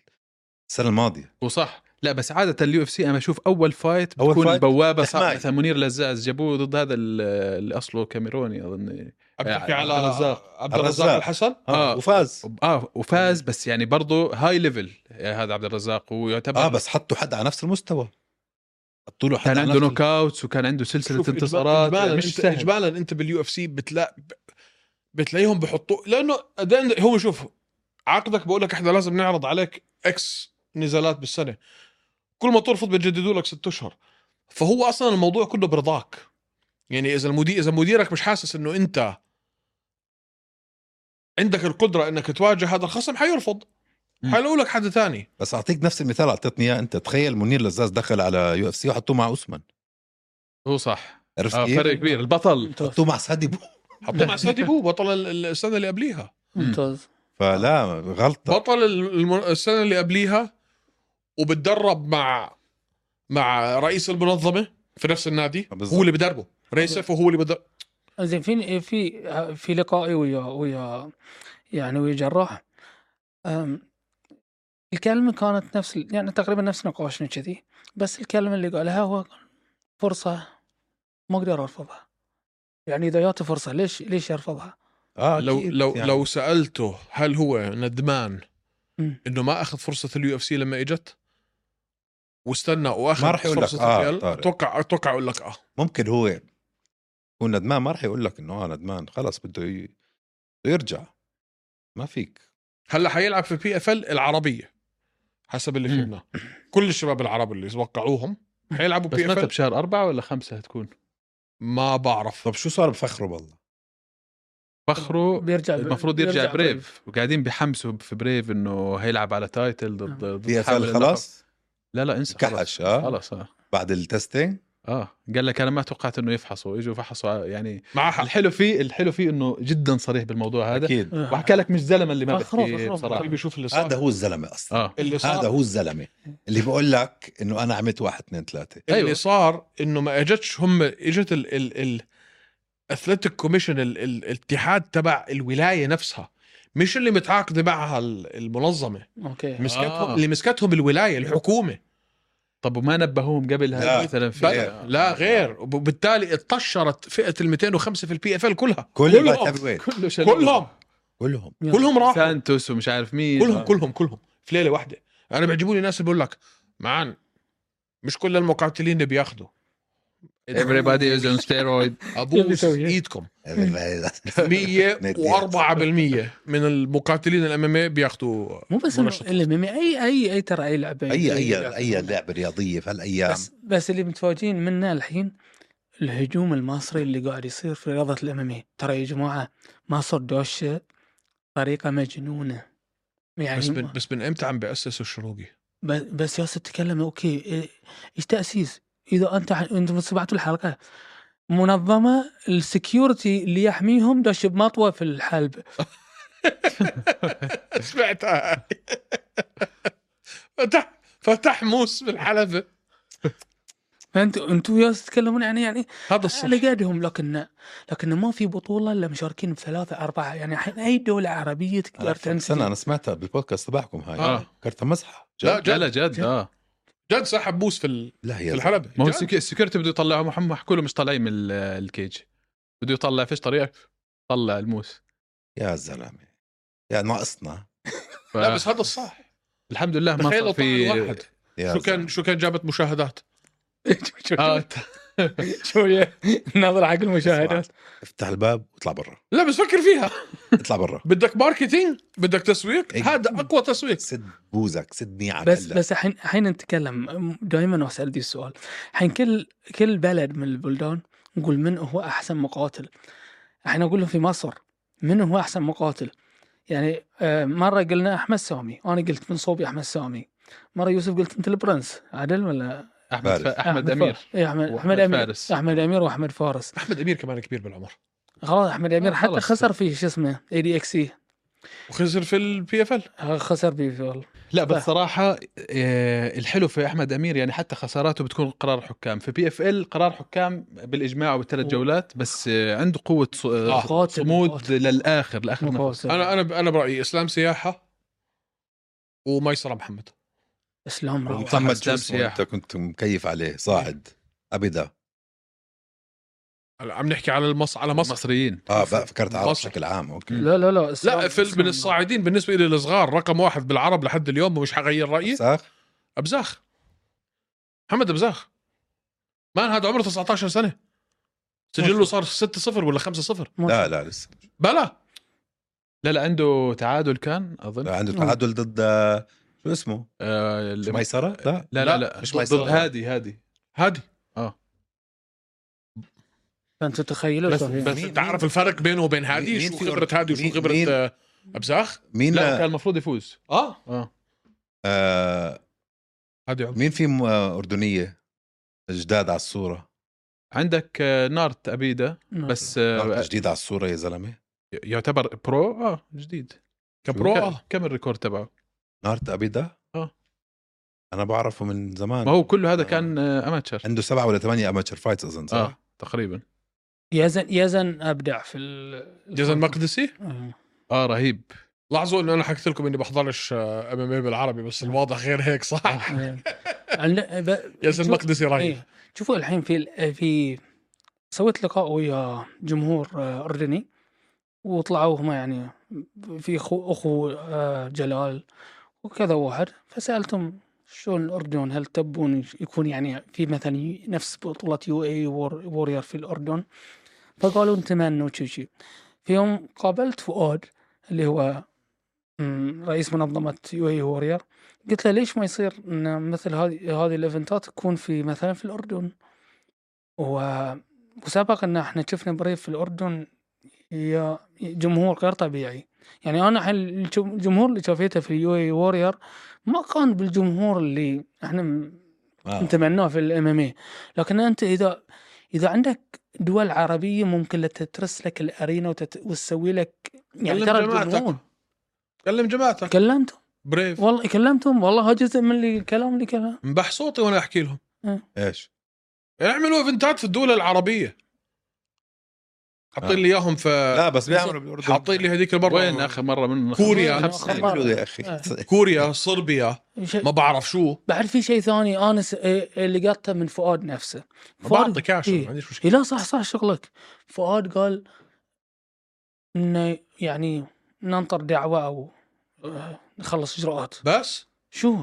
[SPEAKER 4] السنه الماضيه
[SPEAKER 1] وصح لا بس عاده اليو اف سي انا بشوف اول فايت
[SPEAKER 4] أول
[SPEAKER 1] بتكون
[SPEAKER 4] فايت
[SPEAKER 1] بوابه صعبه
[SPEAKER 4] إحماء.
[SPEAKER 1] مثلا منير لزاز جابوه ضد هذا ال- اللي اصله كاميروني اظن
[SPEAKER 3] بتحكي على
[SPEAKER 1] عبد الرزاق.
[SPEAKER 3] عبد الرزاق
[SPEAKER 4] الرزاق.
[SPEAKER 3] الحسن
[SPEAKER 1] آه.
[SPEAKER 4] وفاز
[SPEAKER 1] اه وفاز بس يعني برضه هاي ليفل هذا عبد الرزاق ويعتبر
[SPEAKER 4] اه بس حطوا حد على نفس المستوى حطوا له حد
[SPEAKER 1] كان
[SPEAKER 4] على
[SPEAKER 1] عنده
[SPEAKER 4] نفس
[SPEAKER 1] نوك اوتس وكان عنده سلسله
[SPEAKER 3] شوف،
[SPEAKER 1] انتصارات يعني
[SPEAKER 3] اجمالا
[SPEAKER 1] مش
[SPEAKER 3] انت
[SPEAKER 1] سهل
[SPEAKER 3] اجمالا انت باليو اف سي بتلا بتلاقيهم بحطوا لانه أدان هو شوف عقدك بقول لك احنا لازم نعرض عليك اكس نزالات بالسنه كل ما ترفض بيجددوا لك ست اشهر فهو اصلا الموضوع كله برضاك يعني اذا المدير اذا مديرك مش حاسس انه انت عندك القدره انك تواجه هذا الخصم حيرفض
[SPEAKER 1] مم.
[SPEAKER 3] حيلاقوا لك حد ثاني
[SPEAKER 4] بس اعطيك نفس المثال اعطيتني اياه انت تخيل منير لزاز دخل على يو اف سي وحطوه مع اوسمان
[SPEAKER 1] هو صح
[SPEAKER 4] عرفت
[SPEAKER 1] آه
[SPEAKER 4] كيف؟
[SPEAKER 1] فرق كبير البطل
[SPEAKER 4] حطوه مع سادي بو
[SPEAKER 3] حطوه مع سادي بو بطل ال- السنه اللي قبليها
[SPEAKER 2] ممتاز
[SPEAKER 4] فلا غلطه
[SPEAKER 3] بطل الم- السنه اللي قبليها وبتدرب مع مع رئيس المنظمه في نفس النادي
[SPEAKER 4] آه، بالضبط.
[SPEAKER 3] هو اللي بدربه ريسف وهو اللي بدرب
[SPEAKER 2] زين في في في لقائي ويا ويا يعني ويا جراح أم، الكلمة كانت نفس يعني تقريبا نفس نقاشنا كذي بس الكلمة اللي قالها هو فرصة ما اقدر ارفضها يعني اذا جاته فرصة ليش ليش يرفضها؟
[SPEAKER 4] اه
[SPEAKER 3] لو
[SPEAKER 4] أكيد
[SPEAKER 3] لو
[SPEAKER 4] يعني.
[SPEAKER 3] لو سالته هل هو ندمان
[SPEAKER 2] مم.
[SPEAKER 3] انه ما اخذ فرصه اليو اف سي لما اجت واستنى واخذ
[SPEAKER 4] ما راح يقول لك
[SPEAKER 3] فرصة
[SPEAKER 4] آه،
[SPEAKER 3] ال-
[SPEAKER 4] طارق.
[SPEAKER 3] اتوقع اتوقع اقول لك اه
[SPEAKER 4] ممكن هو يكون ندمان ما راح يقول لك انه اه ندمان خلص بده ي- بده يرجع ما فيك
[SPEAKER 3] هلا حيلعب في بي اف ال العربيه حسب اللي
[SPEAKER 1] مم.
[SPEAKER 3] فهمناه كل الشباب العرب اللي وقعوهم حيلعبوا
[SPEAKER 1] بس
[SPEAKER 3] بي اف
[SPEAKER 1] متى
[SPEAKER 3] ال
[SPEAKER 1] بشهر أربعة ولا خمسة هتكون
[SPEAKER 3] ما بعرف
[SPEAKER 4] طب شو صار بفخره والله
[SPEAKER 1] فخره
[SPEAKER 2] بيرجع
[SPEAKER 1] المفروض يرجع, بريف وقاعدين بحمسوا في بريف انه هيلعب على تايتل ضد
[SPEAKER 2] آه.
[SPEAKER 1] ضد
[SPEAKER 4] بي اف
[SPEAKER 1] حامل
[SPEAKER 4] ال
[SPEAKER 1] اللقب.
[SPEAKER 4] خلاص
[SPEAKER 1] لا لا انسى
[SPEAKER 4] كحش،
[SPEAKER 1] خلاص
[SPEAKER 4] آه.
[SPEAKER 1] خلاص اه
[SPEAKER 4] بعد التستنج
[SPEAKER 1] اه قال لك انا ما توقعت انه يفحصوا اجوا فحصوا ع- يعني
[SPEAKER 3] مع حق
[SPEAKER 1] الحلو فيه الحلو فيه انه جدا صريح بالموضوع هذا
[SPEAKER 4] اكيد
[SPEAKER 2] آه.
[SPEAKER 1] وحكى لك مش زلمه اللي ما
[SPEAKER 2] فخروف،
[SPEAKER 1] بحكي
[SPEAKER 2] فخروف.
[SPEAKER 1] بصراحه
[SPEAKER 3] اللي بيشوف اللي
[SPEAKER 4] هذا
[SPEAKER 3] صار
[SPEAKER 4] هو الزلمه اصلا
[SPEAKER 1] اه
[SPEAKER 3] اللي
[SPEAKER 4] هذا
[SPEAKER 3] صار
[SPEAKER 4] هو الزلمه اللي بقول لك انه انا عملت واحد اثنين ثلاثه
[SPEAKER 3] اللي
[SPEAKER 1] أيوة.
[SPEAKER 3] صار انه ما اجتش هم اجت ال ال ال اثلتيك كوميشن ال- ال- الاتحاد تبع الولايه نفسها مش اللي متعاقده معها ال- المنظمه
[SPEAKER 2] اوكي
[SPEAKER 3] مسكتهم
[SPEAKER 1] آه.
[SPEAKER 3] اللي مسكتهم الولايه الحكومه
[SPEAKER 1] طب وما نبهوهم قبلها
[SPEAKER 4] لا.
[SPEAKER 1] مثلا في
[SPEAKER 3] بل- لا غير وبالتالي اتطشرت فئه ال 205 في البي اف ال كلها
[SPEAKER 4] كل
[SPEAKER 3] كلهم.
[SPEAKER 4] البايت وين
[SPEAKER 1] كله شلل.
[SPEAKER 3] كلهم
[SPEAKER 4] كلهم
[SPEAKER 3] كلهم راحوا
[SPEAKER 1] آه، سانتوس ومش عارف مين
[SPEAKER 3] كلهم كلهم كلهم في ليله واحده انا بيعجبوني الناس اللي بقول لك معان مش كل المقاتلين اللي بياخذوا
[SPEAKER 1] everybody is on steroid
[SPEAKER 3] ابوس
[SPEAKER 2] يسوي هيك.
[SPEAKER 3] ايدكم
[SPEAKER 4] نديها.
[SPEAKER 3] 104% من المقاتلين الامامي بياخذوا
[SPEAKER 2] مو بس إنه
[SPEAKER 3] منشط.
[SPEAKER 2] الام ام اي اي اي ترى اي لعبه
[SPEAKER 4] اي اي
[SPEAKER 2] لعبة.
[SPEAKER 4] اي لعبه رياضيه في هالايام
[SPEAKER 2] بس بس اللي متفاجئين منه الحين الهجوم المصري اللي قاعد يصير في رياضه الام ترى يا جماعه مصر دوش طريقه مجنونه يعني
[SPEAKER 3] بس من بس من امتى عم بأسسوا الشروقي؟
[SPEAKER 2] ب- بس ياسر تكلم اوكي إيه- ايش تاسيس؟ اذا انت ح- انتم سمعتوا الحلقه منظمه السكيورتي اللي يحميهم دش بمطوه في الحلب
[SPEAKER 3] سمعتها فتح فتح موس بالحلبة
[SPEAKER 2] فانتوا انتوا ياسر تتكلمون يعني يعني
[SPEAKER 3] هذا الصح
[SPEAKER 2] على قدهم لكن لكن ما في بطوله الا مشاركين بثلاثه اربعه يعني الحين اي دوله عربيه تقدر
[SPEAKER 4] استنى
[SPEAKER 2] تنسى
[SPEAKER 4] انا سمعتها بالبودكاست تبعكم هاي
[SPEAKER 3] آه.
[SPEAKER 4] كرتها مزحه
[SPEAKER 3] لا
[SPEAKER 1] لا
[SPEAKER 3] جد
[SPEAKER 1] لا جد اه
[SPEAKER 3] جد سحب موس في ال-
[SPEAKER 4] لا
[SPEAKER 3] في
[SPEAKER 4] يا زلمة.
[SPEAKER 3] الحلبة
[SPEAKER 1] ما هو
[SPEAKER 3] جد.
[SPEAKER 1] السك- السكيورتي بده يطلعه محمد حكوا له مش طالعين من ال- الكيج بده يطلع فيش طريقه طلع الموس
[SPEAKER 4] يا زلمه يا ناقصنا
[SPEAKER 1] ف...
[SPEAKER 3] لا بس هذا الصح
[SPEAKER 1] الحمد لله ما
[SPEAKER 3] تخيل
[SPEAKER 1] صار في
[SPEAKER 3] في واحد
[SPEAKER 4] يا
[SPEAKER 3] شو كان
[SPEAKER 4] زلمة.
[SPEAKER 3] شو كان جابت مشاهدات
[SPEAKER 1] آه،
[SPEAKER 2] شويه ناظر حق المشاهدات
[SPEAKER 4] افتح الباب واطلع برا
[SPEAKER 3] لا بس فكر فيها
[SPEAKER 4] اطلع برا
[SPEAKER 3] بدك ماركتينج بدك تسويق
[SPEAKER 4] إيه.
[SPEAKER 3] هذا اقوى تسويق
[SPEAKER 4] سد بوزك سد ميعك
[SPEAKER 2] بس
[SPEAKER 4] هلا.
[SPEAKER 2] بس الحين الحين نتكلم دائما اسال دي السؤال الحين كل كل بلد من البلدان نقول من هو احسن مقاتل الحين اقول لهم في مصر من هو احسن مقاتل يعني آه، مره قلنا احمد سامي انا قلت من صوبي احمد سامي مره يوسف قلت انت البرنس عدل ولا
[SPEAKER 1] احمد ف...
[SPEAKER 4] فارس.
[SPEAKER 1] احمد امير
[SPEAKER 2] فارس. إيه، احمد
[SPEAKER 1] وأحمد
[SPEAKER 2] احمد امير
[SPEAKER 1] فارس.
[SPEAKER 2] احمد امير واحمد فارس
[SPEAKER 3] احمد امير كمان كبير بالعمر
[SPEAKER 2] خلاص احمد امير
[SPEAKER 1] آه،
[SPEAKER 2] حتى
[SPEAKER 1] خلاص.
[SPEAKER 2] خسر في شو اسمه اي دي اكس اي
[SPEAKER 3] وخسر في البي اف ال
[SPEAKER 2] E. خسر في والله
[SPEAKER 1] لا بس
[SPEAKER 2] فاهم.
[SPEAKER 1] صراحه آه، الحلو في احمد امير يعني حتى خساراته بتكون قرار حكام في بي اف ال قرار حكام بالاجماع وبثلاث
[SPEAKER 2] و-
[SPEAKER 1] جولات بس آه، عنده قوه ص- آه،
[SPEAKER 2] قاتل،
[SPEAKER 1] صمود
[SPEAKER 2] قاتل.
[SPEAKER 1] للاخر لاخر نفس.
[SPEAKER 2] مقاتل.
[SPEAKER 3] انا انا انا برايي اسلام سياحه وميسره محمد
[SPEAKER 2] اسلام روعه
[SPEAKER 4] محمد
[SPEAKER 1] أحمد
[SPEAKER 4] شو اسمه
[SPEAKER 1] سياح.
[SPEAKER 4] انت كنت مكيف عليه صاعد ابدا
[SPEAKER 3] هلا عم نحكي على المص على مصر
[SPEAKER 1] المصريين
[SPEAKER 4] اه بقى فكرت عرب
[SPEAKER 3] مصر.
[SPEAKER 4] بشكل عام اوكي
[SPEAKER 2] لا لا لا إسلام-
[SPEAKER 3] لا في
[SPEAKER 2] إسلام
[SPEAKER 3] من الصاعدين بالنسبه لي الصغار رقم واحد بالعرب لحد اليوم ومش حغير
[SPEAKER 1] طيب.
[SPEAKER 3] رايي
[SPEAKER 4] صح
[SPEAKER 3] ابزاخ محمد ابزاخ مان هذا عمره 19 سنه سجله صار 6 0 ولا 5 0
[SPEAKER 2] روعة.
[SPEAKER 4] لا لا لسه
[SPEAKER 3] بلا
[SPEAKER 1] لا لا عنده تعادل كان اظن
[SPEAKER 4] لا عنده تعادل ضد آه، شو اسمه
[SPEAKER 1] آه، ال-
[SPEAKER 4] ميسره لا
[SPEAKER 1] لا لا لا
[SPEAKER 4] مش
[SPEAKER 1] ضد
[SPEAKER 4] ميسرة.
[SPEAKER 1] هادي هادي
[SPEAKER 3] هادي
[SPEAKER 2] فانتوا تخيلوا
[SPEAKER 4] بس-
[SPEAKER 2] شلون.
[SPEAKER 3] بس
[SPEAKER 4] مين-
[SPEAKER 3] انت عارف الفرق بينه وبين هادي
[SPEAKER 4] مين
[SPEAKER 3] شو
[SPEAKER 4] في
[SPEAKER 3] خبره هادي
[SPEAKER 4] مين-
[SPEAKER 3] وشو خبره
[SPEAKER 4] مين-
[SPEAKER 3] آه، ابزاخ
[SPEAKER 4] مين
[SPEAKER 1] لا كان المفروض يفوز
[SPEAKER 3] اه
[SPEAKER 1] اه
[SPEAKER 4] آه
[SPEAKER 3] هادي عمره
[SPEAKER 4] مين في م- آه، اردنيه جداد على الصوره
[SPEAKER 1] عندك آه، نارت ابيدا بس آه،
[SPEAKER 4] جديد على الصوره يا زلمه
[SPEAKER 1] يعتبر برو اه جديد
[SPEAKER 3] كبرو
[SPEAKER 1] ك-
[SPEAKER 3] اه
[SPEAKER 1] كم الريكورد تبعه
[SPEAKER 4] نارت ابيدا
[SPEAKER 1] آه.
[SPEAKER 4] انا بعرفه من زمان
[SPEAKER 1] ما هو كله هذا
[SPEAKER 4] آه.
[SPEAKER 1] كان آه، اماتشر
[SPEAKER 4] عنده سبعة ولا ثمانية اماتشر فايتس اظن صح؟
[SPEAKER 1] اه تقريبا
[SPEAKER 2] يزن يزن ابدع في ال
[SPEAKER 3] جزن مقدسي
[SPEAKER 2] آه.
[SPEAKER 1] اه رهيب
[SPEAKER 3] لاحظوا انه انا حكيت لكم اني بحضرش آه، ام ام إيه بالعربي بس الواضح غير هيك صح
[SPEAKER 2] آه. عند- ب-
[SPEAKER 3] ياسر
[SPEAKER 2] شوف-
[SPEAKER 3] المقدسي رهيب
[SPEAKER 2] إيه. شوفوا الحين في ال- في سويت لقاء ويا جمهور آه، اردني وطلعوا هم يعني في اخو اخو آه، جلال وكذا واحد فسالتهم شلون الاردن هل تبون يكون يعني في مثلا نفس بطوله يو اي وورير في الاردن فقالوا نتمنى وشي شي في يوم قابلت فؤاد اللي هو مم، رئيس منظمه يو اي وورير قلت له ليش ما يصير ان مثل هذه هذه الايفنتات تكون في مثلا في الاردن وسبق ان احنا شفنا بريف في الاردن هي جمهور غير طبيعي يعني انا الحين الجم- الجمهور اللي شافيته في يو اي وورير ما كان بالجمهور اللي احنا م-
[SPEAKER 4] آه.
[SPEAKER 2] نتمناه في الام ام لكن انت اذا اذا عندك دول عربيه ممكن لتترس لك الارينا وتت... وتسوي لك يعني
[SPEAKER 3] كلم
[SPEAKER 2] ترى
[SPEAKER 3] جماعتك.
[SPEAKER 2] الجمهور
[SPEAKER 3] كلم جماعتك
[SPEAKER 2] كلمتهم
[SPEAKER 3] بريف
[SPEAKER 2] والله كلمتهم والله جزء من اللي الكلام اللي كلام
[SPEAKER 3] انبح صوتي وانا احكي لهم
[SPEAKER 4] ايش
[SPEAKER 3] اعملوا ايفنتات في الدول العربيه
[SPEAKER 4] آه.
[SPEAKER 3] حاطين لي اياهم في
[SPEAKER 4] لا بس بيعملوا بالاردن
[SPEAKER 3] حاطين لي هذيك المره
[SPEAKER 1] وين اخر مره من
[SPEAKER 3] كوريا.
[SPEAKER 1] خمس سنين.
[SPEAKER 4] حلو يا اخي
[SPEAKER 2] آه.
[SPEAKER 3] كوريا صربيا
[SPEAKER 2] شيء-
[SPEAKER 3] ما بعرف شو
[SPEAKER 2] بعد في شيء ثاني انا س... إيه، اللي قطه من فؤاد نفسه
[SPEAKER 3] ما
[SPEAKER 2] فؤاد-
[SPEAKER 3] بعطي كاش
[SPEAKER 2] إيه.
[SPEAKER 3] ما عنديش مشكله
[SPEAKER 2] إيه لا صح صح شغلك فؤاد قال انه يعني ننطر دعوه او آه، نخلص اجراءات
[SPEAKER 3] بس
[SPEAKER 2] شو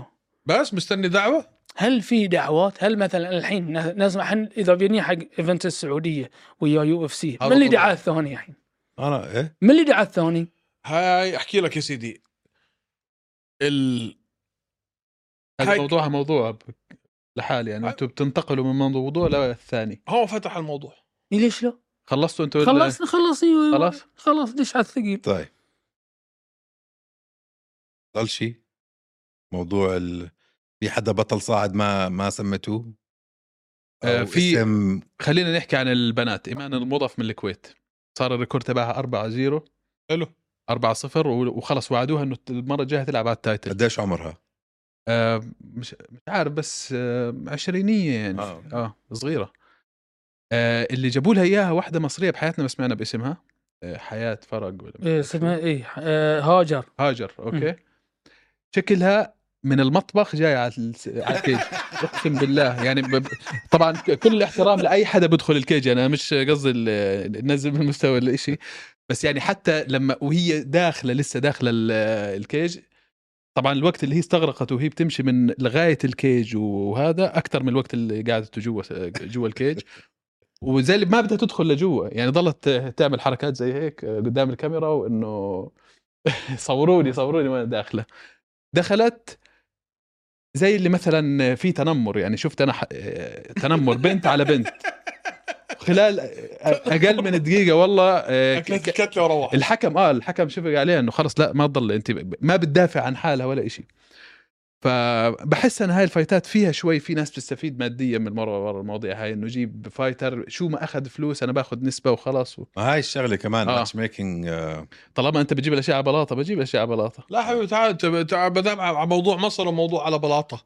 [SPEAKER 3] بس مستني دعوه
[SPEAKER 2] هل في دعوات هل مثلا الحين ن- نسمع حن اذا بيني حق ايفنت السعوديه ويا يو اف سي
[SPEAKER 3] هذا
[SPEAKER 2] من اللي
[SPEAKER 3] طبيعي.
[SPEAKER 2] دعا الثاني الحين
[SPEAKER 4] انا ايه
[SPEAKER 2] من اللي دعا الثاني
[SPEAKER 3] هاي احكي لك يا سيدي ال...
[SPEAKER 1] هذا
[SPEAKER 3] هاي-
[SPEAKER 1] موضوعها موضوع لحال يعني انتم بتنتقلوا من موضوع للثاني
[SPEAKER 3] هو فتح الموضوع
[SPEAKER 2] إيه ليش لا
[SPEAKER 1] خلصتوا انتم
[SPEAKER 2] خلص
[SPEAKER 3] آه،
[SPEAKER 2] خلص يو-
[SPEAKER 1] خلاص؟
[SPEAKER 2] إيه، خلاص دش على الثقيل
[SPEAKER 4] طيب ضل شيء موضوع ال... في حدا بطل صاعد ما ما سميتوه أو
[SPEAKER 1] آه، في-
[SPEAKER 4] اسم
[SPEAKER 1] خلينا نحكي عن البنات ايمان المضاف من الكويت صار الريكورد تبعها 4 0
[SPEAKER 3] حلو
[SPEAKER 1] 4 0 وخلص وعدوها انه المره الجايه تلعب على التايتل
[SPEAKER 4] قديش عمرها؟
[SPEAKER 1] آه مش مش عارف بس آه عشرينيه يعني
[SPEAKER 4] آه.
[SPEAKER 1] اه, صغيره آه اللي جابوا لها اياها واحده مصريه بحياتنا ما سمعنا باسمها آه حياه فرج ولا مش
[SPEAKER 2] إيه،
[SPEAKER 1] عارف
[SPEAKER 2] اسمها ايه آه، هاجر
[SPEAKER 1] هاجر اوكي شكلها من المطبخ جاي على الس- على الكيج اقسم بالله يعني ب... ب- طبعا ك- كل الاحترام لاي حدا بدخل الكيج انا مش قصدي ال- ننزل من مستوى الاشي بس يعني حتى لما وهي داخله لسه داخله ال- الكيج طبعا الوقت اللي هي استغرقت وهي بتمشي من لغايه الكيج وهذا اكثر من الوقت اللي قعدته جوا جوا الكيج وزي اللي ما بدها تدخل لجوا يعني ضلت تعمل حركات زي هيك قدام الكاميرا وانه صوروني صوروني وانا داخله دخلت زي اللي مثلا في تنمر يعني شفت انا ح... تنمر بنت على بنت خلال اقل من دقيقه والله آه،
[SPEAKER 3] اكلت الكتله وروح
[SPEAKER 1] الحكم اه الحكم شفق عليها انه خلص لا ما تضل انت ما بتدافع عن حالها ولا إشي فبحس ان هاي الفايتات فيها شوي في ناس بتستفيد ماديا من مره ورا المواضيع هاي انه جيب فايتر شو ما اخذ فلوس انا باخذ نسبه وخلاص
[SPEAKER 4] ما هاي الشغله كمان
[SPEAKER 1] آه.
[SPEAKER 4] ماتش ميكينج
[SPEAKER 1] طالما انت بتجيب الاشياء على بلاطه بجيب الاشياء على بلاطه
[SPEAKER 3] لا حبيبي تعال تعال- تعال بدام على موضوع مصر وموضوع على بلاطه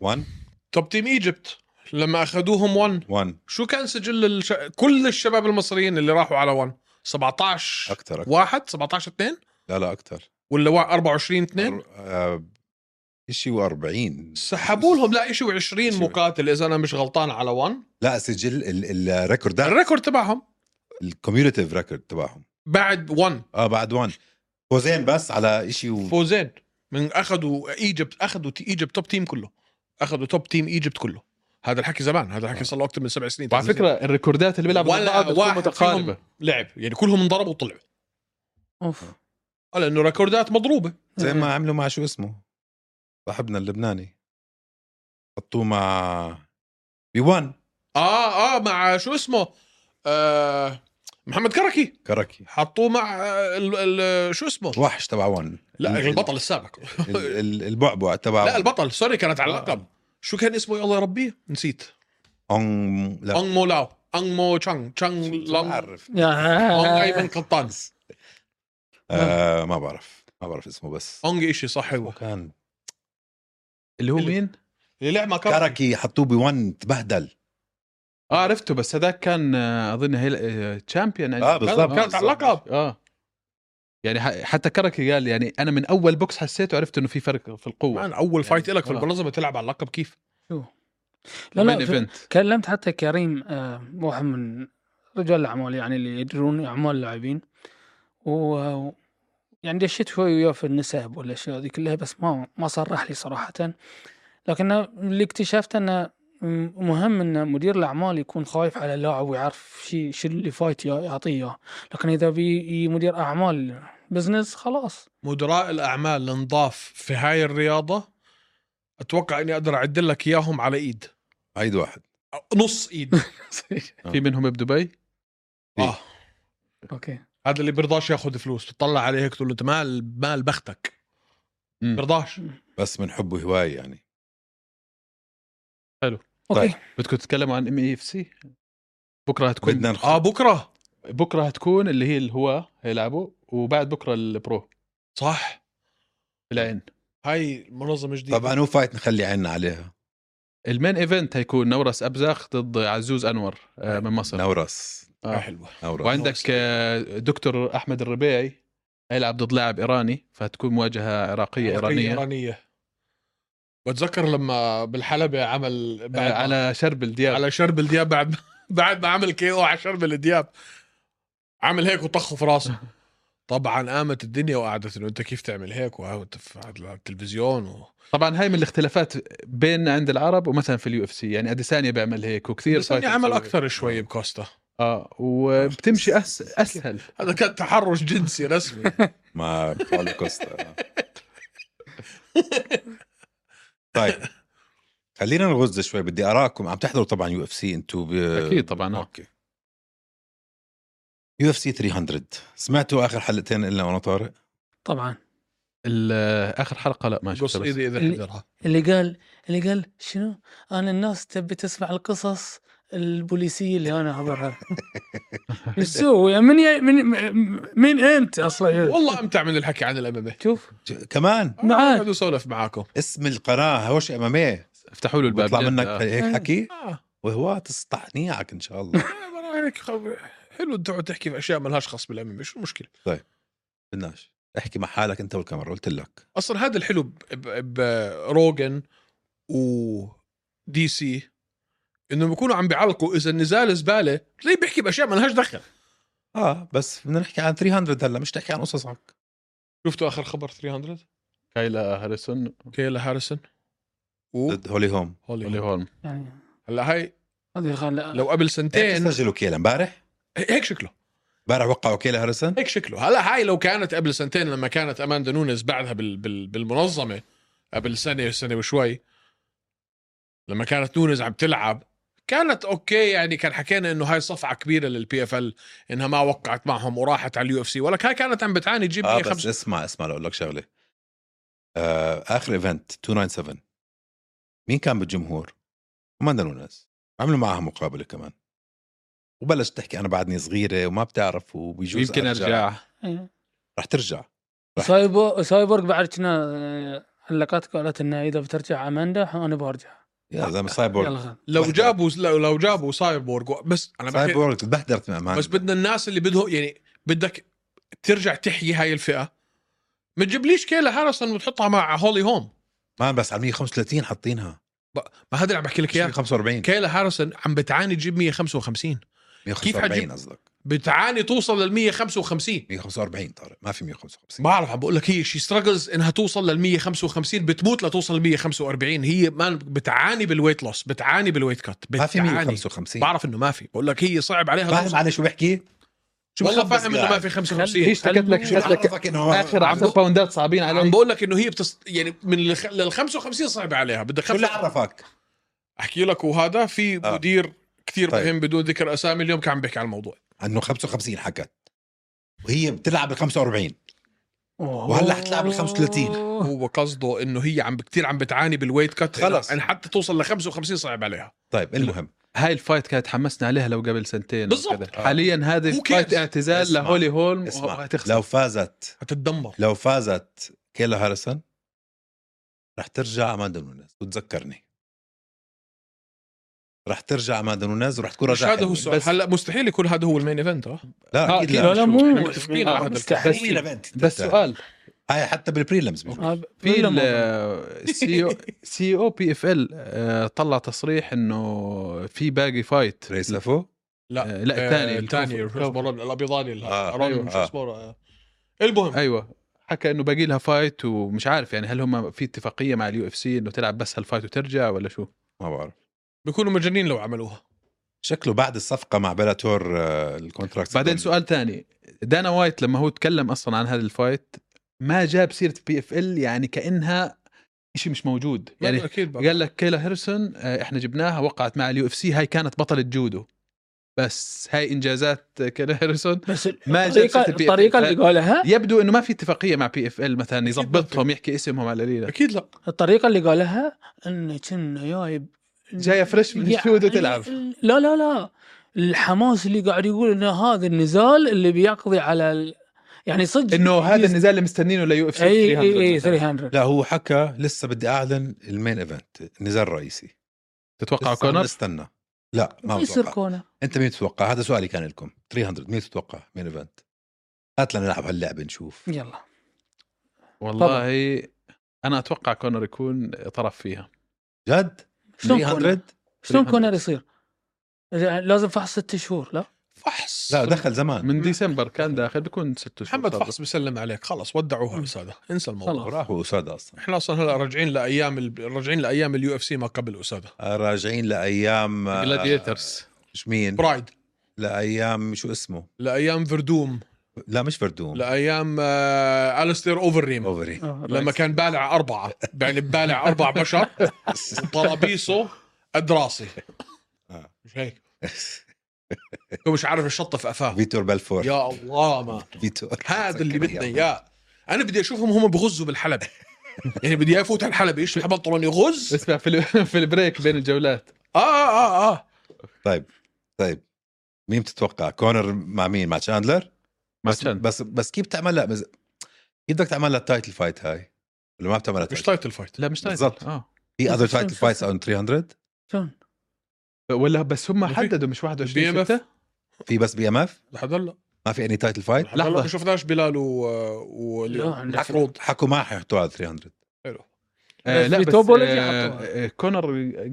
[SPEAKER 4] 1
[SPEAKER 3] طب تيم ايجيبت لما اخذوهم 1
[SPEAKER 4] 1
[SPEAKER 3] شو كان سجل الش... كل الشباب المصريين اللي راحوا على 1 17
[SPEAKER 4] اكثر أكتر.
[SPEAKER 3] واحد 17 2
[SPEAKER 4] لا لا اكثر
[SPEAKER 3] ولا وا- 24 2
[SPEAKER 4] شيء و40
[SPEAKER 3] سحبوا لهم لا شيء و20
[SPEAKER 4] شو-
[SPEAKER 3] مقاتل اذا انا مش غلطان على 1
[SPEAKER 4] لا سجل ال- الريكورد ده
[SPEAKER 3] الريكورد تبعهم
[SPEAKER 4] الكوميوليتيف ريكورد تبعهم
[SPEAKER 3] بعد 1
[SPEAKER 4] اه بعد 1 فوزين بس على شيء و...
[SPEAKER 3] فوزين من اخذوا ايجيبت اخذوا تي- ايجيبت توب تيم كله اخذوا توب تيم ايجيبت كله هذا الحكي زمان هذا الحكي صار له اكثر من سبع سنين
[SPEAKER 1] آه. وعلى
[SPEAKER 3] ثمان
[SPEAKER 1] فكره الريكوردات اللي بيلعبوا ضد
[SPEAKER 3] ولا
[SPEAKER 1] بعض بتكون
[SPEAKER 3] واحد
[SPEAKER 1] متقاربه
[SPEAKER 3] فيهم لعب يعني كلهم انضربوا وطلعوا
[SPEAKER 2] اوف
[SPEAKER 3] آه، لانه ريكوردات مضروبه
[SPEAKER 4] زي ما عملوا مع شو اسمه صاحبنا اللبناني حطوه مع بي 1
[SPEAKER 3] اه اه مع شو اسمه آه محمد كركي
[SPEAKER 4] كركي
[SPEAKER 3] حطوه مع آه، ال ال شو اسمه
[SPEAKER 4] وحش تبع 1
[SPEAKER 3] لا البطل السابق
[SPEAKER 4] ال- ال- البعبع
[SPEAKER 1] آه.
[SPEAKER 4] تبع
[SPEAKER 3] لا البطل سوري كانت على اللقب شو كان اسمه يا الله يربيه نسيت
[SPEAKER 4] أونغ- لا
[SPEAKER 3] انغ مو لاو انغ مو تشانغ تشانغ لونغ
[SPEAKER 4] بعرف
[SPEAKER 2] يا
[SPEAKER 3] انغ ايمن قطان
[SPEAKER 4] آه ما بعرف ما بعرف اسمه بس
[SPEAKER 3] انغ شيء صح هو
[SPEAKER 4] وكان
[SPEAKER 1] اللي هو
[SPEAKER 3] اللي-
[SPEAKER 1] مين؟
[SPEAKER 3] اللي لعب مع كركي
[SPEAKER 4] كركي حطوه بي 1 تبهدل
[SPEAKER 1] اه عرفته بس هذاك كان آه، اظن هي تشامبيون
[SPEAKER 3] آه،
[SPEAKER 4] اه بالضبط
[SPEAKER 3] كانت على اللقب
[SPEAKER 1] اه يعني ح- حتى كركي قال يعني انا من اول بوكس حسيت وعرفت انه في فرق في القوه
[SPEAKER 3] مان اول فايت
[SPEAKER 1] يعني
[SPEAKER 3] لك في
[SPEAKER 1] آه.
[SPEAKER 3] المنظمه تلعب على اللقب كيف
[SPEAKER 2] لا
[SPEAKER 1] المين
[SPEAKER 2] لا في-
[SPEAKER 1] ايفنت
[SPEAKER 2] كلمت حتى كريم آه، واحد من رجال الاعمال يعني اللي يديرون اعمال اللاعبين و- يعني دشيت شوي وياه في النسب والاشياء دي كلها بس ما ما صرح لي صراحه لكن أنا اللي اكتشفت انه م- مهم ان مدير الاعمال يكون خايف على اللاعب ويعرف شي شو اللي فايت يا- يعطيه إياه. لكن اذا بي مدير اعمال بزنس خلاص
[SPEAKER 3] مدراء الاعمال اللي انضاف في هاي الرياضه اتوقع اني اقدر اعد لك اياهم على ايد
[SPEAKER 4] عيد واحد
[SPEAKER 3] أو نص ايد
[SPEAKER 1] في منهم بدبي
[SPEAKER 3] آه.
[SPEAKER 2] اوكي
[SPEAKER 3] هذا اللي بيرضاش ياخذ فلوس تطلع عليه هيك تقول له انت مال مال بختك
[SPEAKER 1] مم.
[SPEAKER 3] بيرضاش
[SPEAKER 4] بس من حب وهوايه يعني
[SPEAKER 2] اوكي
[SPEAKER 1] بدكم تتكلموا عن ام اي اف سي بكره هتكون
[SPEAKER 4] بدنا نخ...
[SPEAKER 3] اه بكره
[SPEAKER 1] بكره هتكون اللي هي الهواة هيلعبوا وبعد بكره البرو
[SPEAKER 3] صح
[SPEAKER 1] العين
[SPEAKER 3] هاي منظمه جديده
[SPEAKER 4] طبعا هو فايت نخلي عنا عليها
[SPEAKER 1] المين ايفنت هيكون نورس ابزخ ضد عزوز انور آه، من مصر
[SPEAKER 4] نورس
[SPEAKER 3] آه.
[SPEAKER 1] آه.
[SPEAKER 3] حلوه
[SPEAKER 4] نورس
[SPEAKER 1] وعندك آه، دكتور احمد الربيعي هيلعب ضد لاعب ايراني فهتكون مواجهه عراقيه
[SPEAKER 3] عراقية
[SPEAKER 1] ايرانيه
[SPEAKER 3] ايرانيه بتذكر لما بالحلبه عمل
[SPEAKER 1] آه، على شرب الديار
[SPEAKER 3] على شرب الدياب بعد بعد ما عمل كي او على شرب الدياب عمل هيك وطخه في راسه طبعا قامت الدنيا وقعدت انه انت كيف تعمل هيك وقامت في- على التلفزيون و...
[SPEAKER 1] طبعا هاي من الاختلافات بيننا عند العرب ومثلا في اليو اف سي يعني اديسانيا بيعمل هيك وكثير
[SPEAKER 3] بس اني
[SPEAKER 1] فايترز
[SPEAKER 3] عمل
[SPEAKER 1] بيسوي هيك.
[SPEAKER 3] اكثر شوي بكوستا
[SPEAKER 1] اه وبتمشي أس... اسهل
[SPEAKER 3] هذا كان تحرش جنسي رسمي
[SPEAKER 4] مع باولو كوستا طيب خلينا نغز شوي بدي اراكم عم تحضروا طبعا يو اف سي انتم ب...
[SPEAKER 1] اكيد طبعا آه.
[SPEAKER 4] اوكي يو اف سي 300 سمعتوا اخر حلقتين الا وانا طارق
[SPEAKER 2] طبعا
[SPEAKER 1] ال- اخر حلقه لا ما
[SPEAKER 3] قص
[SPEAKER 1] شفتها بس.
[SPEAKER 3] ايدي اذا
[SPEAKER 2] اللي-
[SPEAKER 3] حضرها
[SPEAKER 2] اللي قال اللي قال شنو انا الناس تبي تسمع القصص البوليسيه اللي انا احضرها ايش تسوي يعني من ي... من من انت اصلا
[SPEAKER 3] والله امتع من الحكي عن إيه. الامامي
[SPEAKER 2] شوف
[SPEAKER 4] ج- كمان
[SPEAKER 2] معاك
[SPEAKER 3] بدي اسولف آه، معاكم
[SPEAKER 4] اسم القناه هوش اماميه
[SPEAKER 1] افتحوا له الباب
[SPEAKER 4] بيطلع
[SPEAKER 1] جد.
[SPEAKER 4] منك
[SPEAKER 1] آه.
[SPEAKER 4] هيك
[SPEAKER 2] آه.
[SPEAKER 4] حكي
[SPEAKER 3] آه.
[SPEAKER 4] وهو تستحنيعك ان شاء الله
[SPEAKER 3] مرة هيك خب- حلو تقعد تحكي في اشياء مالهاش خاص بالامامي شو المشكله
[SPEAKER 4] بدناش احكي مع حالك انت والكاميرا قلت لك
[SPEAKER 3] اصلا هذا الحلو ب- ب- بروجن ودي سي انهم بيكونوا عم بيعلقوا اذا النزال زباله زي بيحكي باشياء ما لهاش دخل
[SPEAKER 4] اه بس بدنا نحكي عن 300 هلا مش تحكي عن قصصك
[SPEAKER 3] شفتوا اخر خبر 300
[SPEAKER 1] كايلا هاريسون
[SPEAKER 3] كيلا هاريسون و
[SPEAKER 4] ضد هولي هوم
[SPEAKER 1] ولي
[SPEAKER 3] هولي
[SPEAKER 1] هولم
[SPEAKER 2] يعني
[SPEAKER 3] هلا هاي
[SPEAKER 2] هذه خل...
[SPEAKER 3] لو قبل سنتين
[SPEAKER 4] إيه، سجلوا كيلا امبارح
[SPEAKER 3] هيك شكله
[SPEAKER 4] امبارح وقعوا كيلا هاريسون
[SPEAKER 3] هيك شكله هلا هاي لو كانت قبل سنتين لما كانت اماندا نونز بعدها بال... بال... بالمنظمه قبل سنه سنه وشوي لما كانت نونز عم تلعب كانت اوكي يعني كان حكينا انه هاي صفعه كبيره للبي اف ال انها ما وقعت معهم وراحت على اليو اف سي ولك هاي كانت عم بتعاني تجيب
[SPEAKER 4] اه
[SPEAKER 3] آه
[SPEAKER 4] بس
[SPEAKER 3] خمس
[SPEAKER 4] اسمع اسمع لاقول لك شغله آه اخر ايفنت 297 مين كان بالجمهور؟ اماندا نونيز عملوا معها مقابله كمان وبلشت تحكي انا بعدني صغيره وما بتعرف وبيجوز
[SPEAKER 1] يمكن ارجع
[SPEAKER 4] رح ترجع
[SPEAKER 2] سايبر إيه. سايبورغ بعد كنا علقت قالت انه اذا بترجع اماندا انا برجع
[SPEAKER 3] أه،
[SPEAKER 4] يا زلمه
[SPEAKER 2] يلا
[SPEAKER 4] سايبورغ
[SPEAKER 2] غد.
[SPEAKER 3] لو
[SPEAKER 4] وحدة.
[SPEAKER 3] جابوا لو, لو جابوا سايبورغ و- بس انا بحكي
[SPEAKER 4] سايبورغ تبهدرت من اماندا
[SPEAKER 3] بس بدنا الناس اللي بدهم يعني بدك ترجع تحيي هاي الفئه ما تجيبليش كيلا هارسون وتحطها مع هولي هوم
[SPEAKER 4] مان بس على 135 حاطينها
[SPEAKER 3] ما هذا اللي عم بحكي لك
[SPEAKER 4] مش
[SPEAKER 3] اياه
[SPEAKER 4] 145
[SPEAKER 3] كايلا هارسون عم بتعاني تجيب 155
[SPEAKER 4] 145
[SPEAKER 3] حتجيب-
[SPEAKER 4] قصدك
[SPEAKER 3] بتعاني توصل لل 155
[SPEAKER 4] 145 طارق ما في 155
[SPEAKER 3] بعرف عم بقول لك هي شي ستراجلز انها توصل لل 155 بتموت لتوصل لل 145 هي مان بتعاني بالويت لوس بتعاني بالويت كات
[SPEAKER 4] ما في
[SPEAKER 3] بتعاني
[SPEAKER 4] 155
[SPEAKER 3] بعرف انه ما في بقول لك هي صعب عليها
[SPEAKER 4] فاهم
[SPEAKER 3] توصل.
[SPEAKER 4] علي شو بحكي؟ شو
[SPEAKER 3] والله
[SPEAKER 4] بخبص
[SPEAKER 3] فاهم انه
[SPEAKER 4] قاعد؟
[SPEAKER 3] ما في
[SPEAKER 1] هي
[SPEAKER 3] 55
[SPEAKER 1] اشتكت لك
[SPEAKER 4] شو
[SPEAKER 1] اشتكت لك
[SPEAKER 4] بعرفك انه
[SPEAKER 1] اخر
[SPEAKER 4] عم
[SPEAKER 1] 10
[SPEAKER 4] بق-
[SPEAKER 1] باوندات صعبين
[SPEAKER 3] عم
[SPEAKER 1] علي
[SPEAKER 3] بقول لك انه هي بتص... يعني من الخ... لل 55 صعب عليها بدك
[SPEAKER 4] شو اللي
[SPEAKER 3] خمسة...
[SPEAKER 4] عرفك؟
[SPEAKER 3] احكي لك وهذا في
[SPEAKER 4] آه.
[SPEAKER 3] مدير كثير
[SPEAKER 4] طيب.
[SPEAKER 3] مهم بدون ذكر اسامي اليوم كان عم بيحكي عن الموضوع
[SPEAKER 4] انه 55 حكت وهي بتلعب ال 45
[SPEAKER 2] أوه.
[SPEAKER 4] وهلا حتلعب ال 35.
[SPEAKER 3] هو قصده انه هي عم كثير عم بتعاني بالويت كات
[SPEAKER 4] خلص.
[SPEAKER 3] ان حتى توصل ل 55 صعب عليها
[SPEAKER 4] طيب المهم
[SPEAKER 1] هاي الفايت كانت حمسنا عليها لو قبل سنتين أو
[SPEAKER 3] بالضبط.
[SPEAKER 1] كذا. حاليا هذه
[SPEAKER 3] Who
[SPEAKER 1] الفايت
[SPEAKER 3] cares؟
[SPEAKER 1] اعتزال
[SPEAKER 4] اسمع.
[SPEAKER 1] لهولي هولم
[SPEAKER 4] اسمع
[SPEAKER 1] وهتخسر
[SPEAKER 4] لو فازت
[SPEAKER 3] هتتدمر
[SPEAKER 4] لو فازت كيلا هاريسون رح ترجع اماندا نونيز وتذكرني رح ترجع اماندا نونيز ورح تكون
[SPEAKER 3] مش هذا هو
[SPEAKER 4] رجعت
[SPEAKER 3] السؤال
[SPEAKER 1] بس-
[SPEAKER 3] هلا مستحيل يكون هذا هو المين ايفنت اه
[SPEAKER 4] لا
[SPEAKER 1] آه،
[SPEAKER 4] اكيد
[SPEAKER 1] أكيد.
[SPEAKER 4] لا
[SPEAKER 2] لا لا
[SPEAKER 3] شوف،
[SPEAKER 2] مو
[SPEAKER 3] إحنا متفقين
[SPEAKER 2] آه،
[SPEAKER 3] على هذا
[SPEAKER 2] مستحيل.
[SPEAKER 1] الكلام. بس
[SPEAKER 4] بس
[SPEAKER 1] سؤال
[SPEAKER 4] هاي حتى بالبريلمز بيجوا.
[SPEAKER 2] آه،
[SPEAKER 1] في
[SPEAKER 2] لما-
[SPEAKER 1] السي سي او بي اف ال آه، طلع تصريح انه في باقي فايت
[SPEAKER 4] ريس لافو
[SPEAKER 1] آه، لا الثاني
[SPEAKER 3] الثاني
[SPEAKER 4] آه،
[SPEAKER 3] الابيضاني الارانب
[SPEAKER 4] أيوة.
[SPEAKER 3] شو اسمه آه. المهم
[SPEAKER 1] ايوه حكى انه باقي لها فايت ومش عارف يعني هل هم في اتفاقيه مع اليو اف سي انه تلعب بس هالفايت وترجع ولا شو؟
[SPEAKER 4] ما بعرف
[SPEAKER 3] بيكونوا مجانين لو عملوها
[SPEAKER 4] شكله بعد الصفقه مع بلاتور آه، الكونتراكت
[SPEAKER 1] بعدين سؤال تاني دانا وايت لما هو تكلم اصلا عن هذا الفايت ما جاب سيره بي اف ال يعني كانها شيء مش موجود يعني
[SPEAKER 3] يعني اكيد بقى.
[SPEAKER 1] قال لك كيلا هيرسون آه، احنا جبناها وقعت مع اليو اف سي هاي كانت بطله جودو بس هاي انجازات كيلا هيرسون
[SPEAKER 2] بس
[SPEAKER 1] ما جاب
[SPEAKER 2] الطريقه
[SPEAKER 1] سيرة البي-
[SPEAKER 2] الطريقه اللي قالها
[SPEAKER 1] يبدو انه ما في اتفاقيه مع بي اف ال مثلا
[SPEAKER 3] أكيد ما
[SPEAKER 1] يظبطهم يحكي اسمهم على القليله
[SPEAKER 3] اكيد لا
[SPEAKER 2] الطريقه اللي قالها انه كنا جايب
[SPEAKER 1] جايه فريش من
[SPEAKER 2] يع-
[SPEAKER 1] السود وتلعب
[SPEAKER 2] لا لا لا الحماس اللي قاعد يقول ان هذا النزال اللي بيقضي على ال... يعني صدق إيه،
[SPEAKER 1] انه هذا النزال اللي مستنينه ليو اف سي
[SPEAKER 2] اي اي اي 300
[SPEAKER 4] لا هو حكى لسه بدي اعلن المين ايفنت النزال الرئيسي
[SPEAKER 1] تتوقع
[SPEAKER 4] لسه عم
[SPEAKER 1] كونر
[SPEAKER 4] نستنى لا ما
[SPEAKER 2] ما يصير
[SPEAKER 4] متوقع
[SPEAKER 2] كونه
[SPEAKER 4] انت مين تتوقع هذا سؤالي كان لكم 300 مين تتوقع مين ايفنت هات لنا نلعب هاللعبه نشوف
[SPEAKER 2] يلا
[SPEAKER 1] والله انا اتوقع كونر يكون طرف فيها
[SPEAKER 4] جد
[SPEAKER 2] شلون كونر
[SPEAKER 4] 300
[SPEAKER 2] شلون
[SPEAKER 1] 300.
[SPEAKER 2] كونر يصير؟ لازم فحص ست شهور لا
[SPEAKER 3] فحص
[SPEAKER 4] لا دخل زمان
[SPEAKER 1] من ديسمبر كان داخل بيكون ست شهور
[SPEAKER 3] محمد
[SPEAKER 1] صار.
[SPEAKER 3] فحص بيسلم عليك خلص ودعوها اساده انسى الموضوع
[SPEAKER 2] خلاص.
[SPEAKER 4] راحوا اساده اصلا
[SPEAKER 3] احنا اصلا هلا راجعين لايام ال- راجعين لايام اليو اف سي ما قبل اساده
[SPEAKER 4] راجعين لايام آه،
[SPEAKER 1] جلاديترز
[SPEAKER 4] مش مين
[SPEAKER 3] برايد
[SPEAKER 4] لايام شو اسمه
[SPEAKER 3] لايام فردوم
[SPEAKER 4] لا مش فردوم
[SPEAKER 3] لايام آه الستير اوفريم
[SPEAKER 4] اوفري
[SPEAKER 2] آه،
[SPEAKER 3] لما
[SPEAKER 2] رئيس.
[SPEAKER 3] كان بالع اربعه يعني بالع اربع بشر وطرابيسه قد راسي
[SPEAKER 4] آه.
[SPEAKER 3] مش هيك هو مش عارف الشطه في قفاه
[SPEAKER 4] فيتور بالفور
[SPEAKER 3] يا الله ما
[SPEAKER 4] فيتور
[SPEAKER 3] هذا اللي بدنا اياه انا بدي اشوفهم هم بغزوا بالحلبة يعني بدي افوت على الحلبة يشوف بنطلون يغز
[SPEAKER 1] اسمع في ال- في البريك بين الجولات
[SPEAKER 3] اه اه اه
[SPEAKER 4] طيب مين بتتوقع كونر مع مين مع تشاندلر
[SPEAKER 1] ما
[SPEAKER 4] بس
[SPEAKER 1] كان
[SPEAKER 4] بس, بس كيف بتعملها بز... كيف بدك تعملها التايتل فايت هاي ولا ما بتعملها
[SPEAKER 3] مش
[SPEAKER 4] title؟
[SPEAKER 3] تايتل فايت
[SPEAKER 1] لا مش تايتل.
[SPEAKER 4] بالضبط.
[SPEAKER 1] اه
[SPEAKER 4] في اذر
[SPEAKER 2] مش
[SPEAKER 4] تايتل
[SPEAKER 2] شايف.
[SPEAKER 4] فايتس اون 300
[SPEAKER 2] شلون؟
[SPEAKER 1] ولا بس هم
[SPEAKER 3] في-
[SPEAKER 1] حددوا مش 21
[SPEAKER 3] BMF.
[SPEAKER 1] 6
[SPEAKER 4] في بس بي ام اف
[SPEAKER 3] لحد هلا
[SPEAKER 4] ما في اني تايتل فايت
[SPEAKER 3] لحد هلا
[SPEAKER 1] لحظة.
[SPEAKER 3] ما شفناش بلال و و
[SPEAKER 2] لا، عندك
[SPEAKER 3] المفروض
[SPEAKER 4] حكوا ما حيحطوها على 300
[SPEAKER 3] حلو
[SPEAKER 1] آه
[SPEAKER 2] بس
[SPEAKER 1] لا بس
[SPEAKER 2] بتوبولوجي
[SPEAKER 1] آه،
[SPEAKER 2] حطوها.
[SPEAKER 1] آه، كونر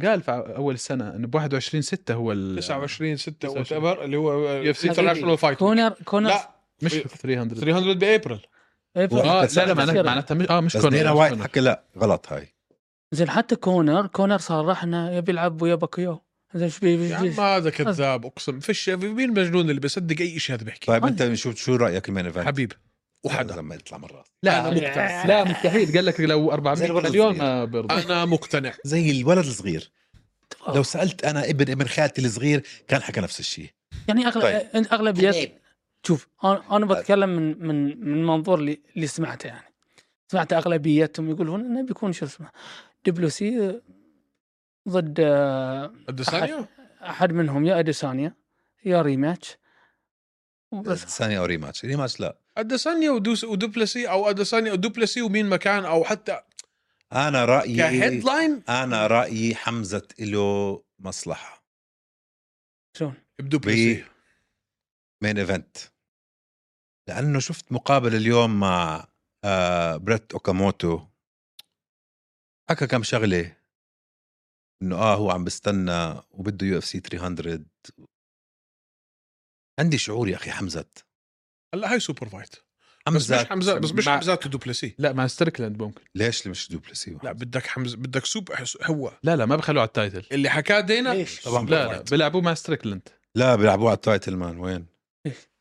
[SPEAKER 1] قال في اول السنه انه ب 21 6 هو ال
[SPEAKER 3] 29 6 وات
[SPEAKER 1] 29.
[SPEAKER 3] ايفر اللي هو
[SPEAKER 1] UFC.
[SPEAKER 3] انترناشونال فايت
[SPEAKER 2] كونر كونر
[SPEAKER 3] لا
[SPEAKER 1] مش 300
[SPEAKER 3] 300 بابريل
[SPEAKER 2] إيه،
[SPEAKER 1] اه
[SPEAKER 4] بس
[SPEAKER 1] لا لا
[SPEAKER 4] أنا
[SPEAKER 1] معناته
[SPEAKER 2] بصير.
[SPEAKER 1] معناته مش- اه مش
[SPEAKER 4] بس
[SPEAKER 1] كونر
[SPEAKER 4] دينا
[SPEAKER 1] مش
[SPEAKER 4] وايت
[SPEAKER 1] كونر.
[SPEAKER 4] حكى لا غلط هاي
[SPEAKER 2] زين حتى كونر كونر صرح انه يبي يلعب ويا باكيو زين ايش بي-
[SPEAKER 3] يا
[SPEAKER 2] إيش بي-
[SPEAKER 3] عم هذا كذاب اقسم فيش في مين مجنون اللي بيصدق اي شيء هذا بيحكي
[SPEAKER 4] طيب انت شو شو رايك المين ايفنت؟
[SPEAKER 3] حبيب وحدا
[SPEAKER 4] لما يطلع من راسي
[SPEAKER 1] لا
[SPEAKER 2] أنا
[SPEAKER 1] مقتنع لا مستحيل قال لك لو 400
[SPEAKER 4] زي الولد
[SPEAKER 1] مليون
[SPEAKER 4] الصغير.
[SPEAKER 1] ما برضى
[SPEAKER 3] انا مقتنع
[SPEAKER 4] زي الولد الصغير
[SPEAKER 2] آه.
[SPEAKER 4] لو سالت انا ابن ابن خالتي الصغير كان حكى نفس الشيء
[SPEAKER 2] يعني اغلب
[SPEAKER 4] طيب.
[SPEAKER 2] طيب. اغلبيه شوف انا انا بتكلم من من من منظور اللي, اللي سمعته يعني سمعت اغلبيتهم يقولون انه بيكون شو اسمه دبلوسي ضد آه،
[SPEAKER 3] الدسانيا
[SPEAKER 2] احد منهم يا اديسانيا يا ريماتش وبس
[SPEAKER 4] ثانية او ريماتش ريماتش لا
[SPEAKER 3] اديسانيا ودوس ودوبلسي او اديسانيا ودوبلسي ومين مكان او حتى
[SPEAKER 4] انا رايي
[SPEAKER 3] كهيدلاين
[SPEAKER 4] انا رايي حمزه له مصلحه
[SPEAKER 2] شلون
[SPEAKER 3] بدوبلسي
[SPEAKER 4] مين ايفنت لانه شفت مقابله اليوم مع آه بريت اوكاموتو حكى كم شغله انه اه هو عم بستنى وبده يو اف سي 300 عندي شعور يا اخي حمزه
[SPEAKER 3] هلا هاي سوبر فايت بس
[SPEAKER 4] حمزه
[SPEAKER 3] مش حمزه بس مش
[SPEAKER 1] مع-
[SPEAKER 3] حمزات ودوبلسي
[SPEAKER 1] لا مع ستريكلاند ممكن
[SPEAKER 4] ليش اللي مش دوبلسي
[SPEAKER 3] لا بدك حمزه بدك سوب هو
[SPEAKER 1] لا لا ما بخلوه على التايتل
[SPEAKER 3] اللي حكاه دينا
[SPEAKER 2] ليش؟
[SPEAKER 4] طبعا
[SPEAKER 1] لا لا بيلعبوه مع ستريكلاند
[SPEAKER 4] لا بيلعبوها على التايتل مان وين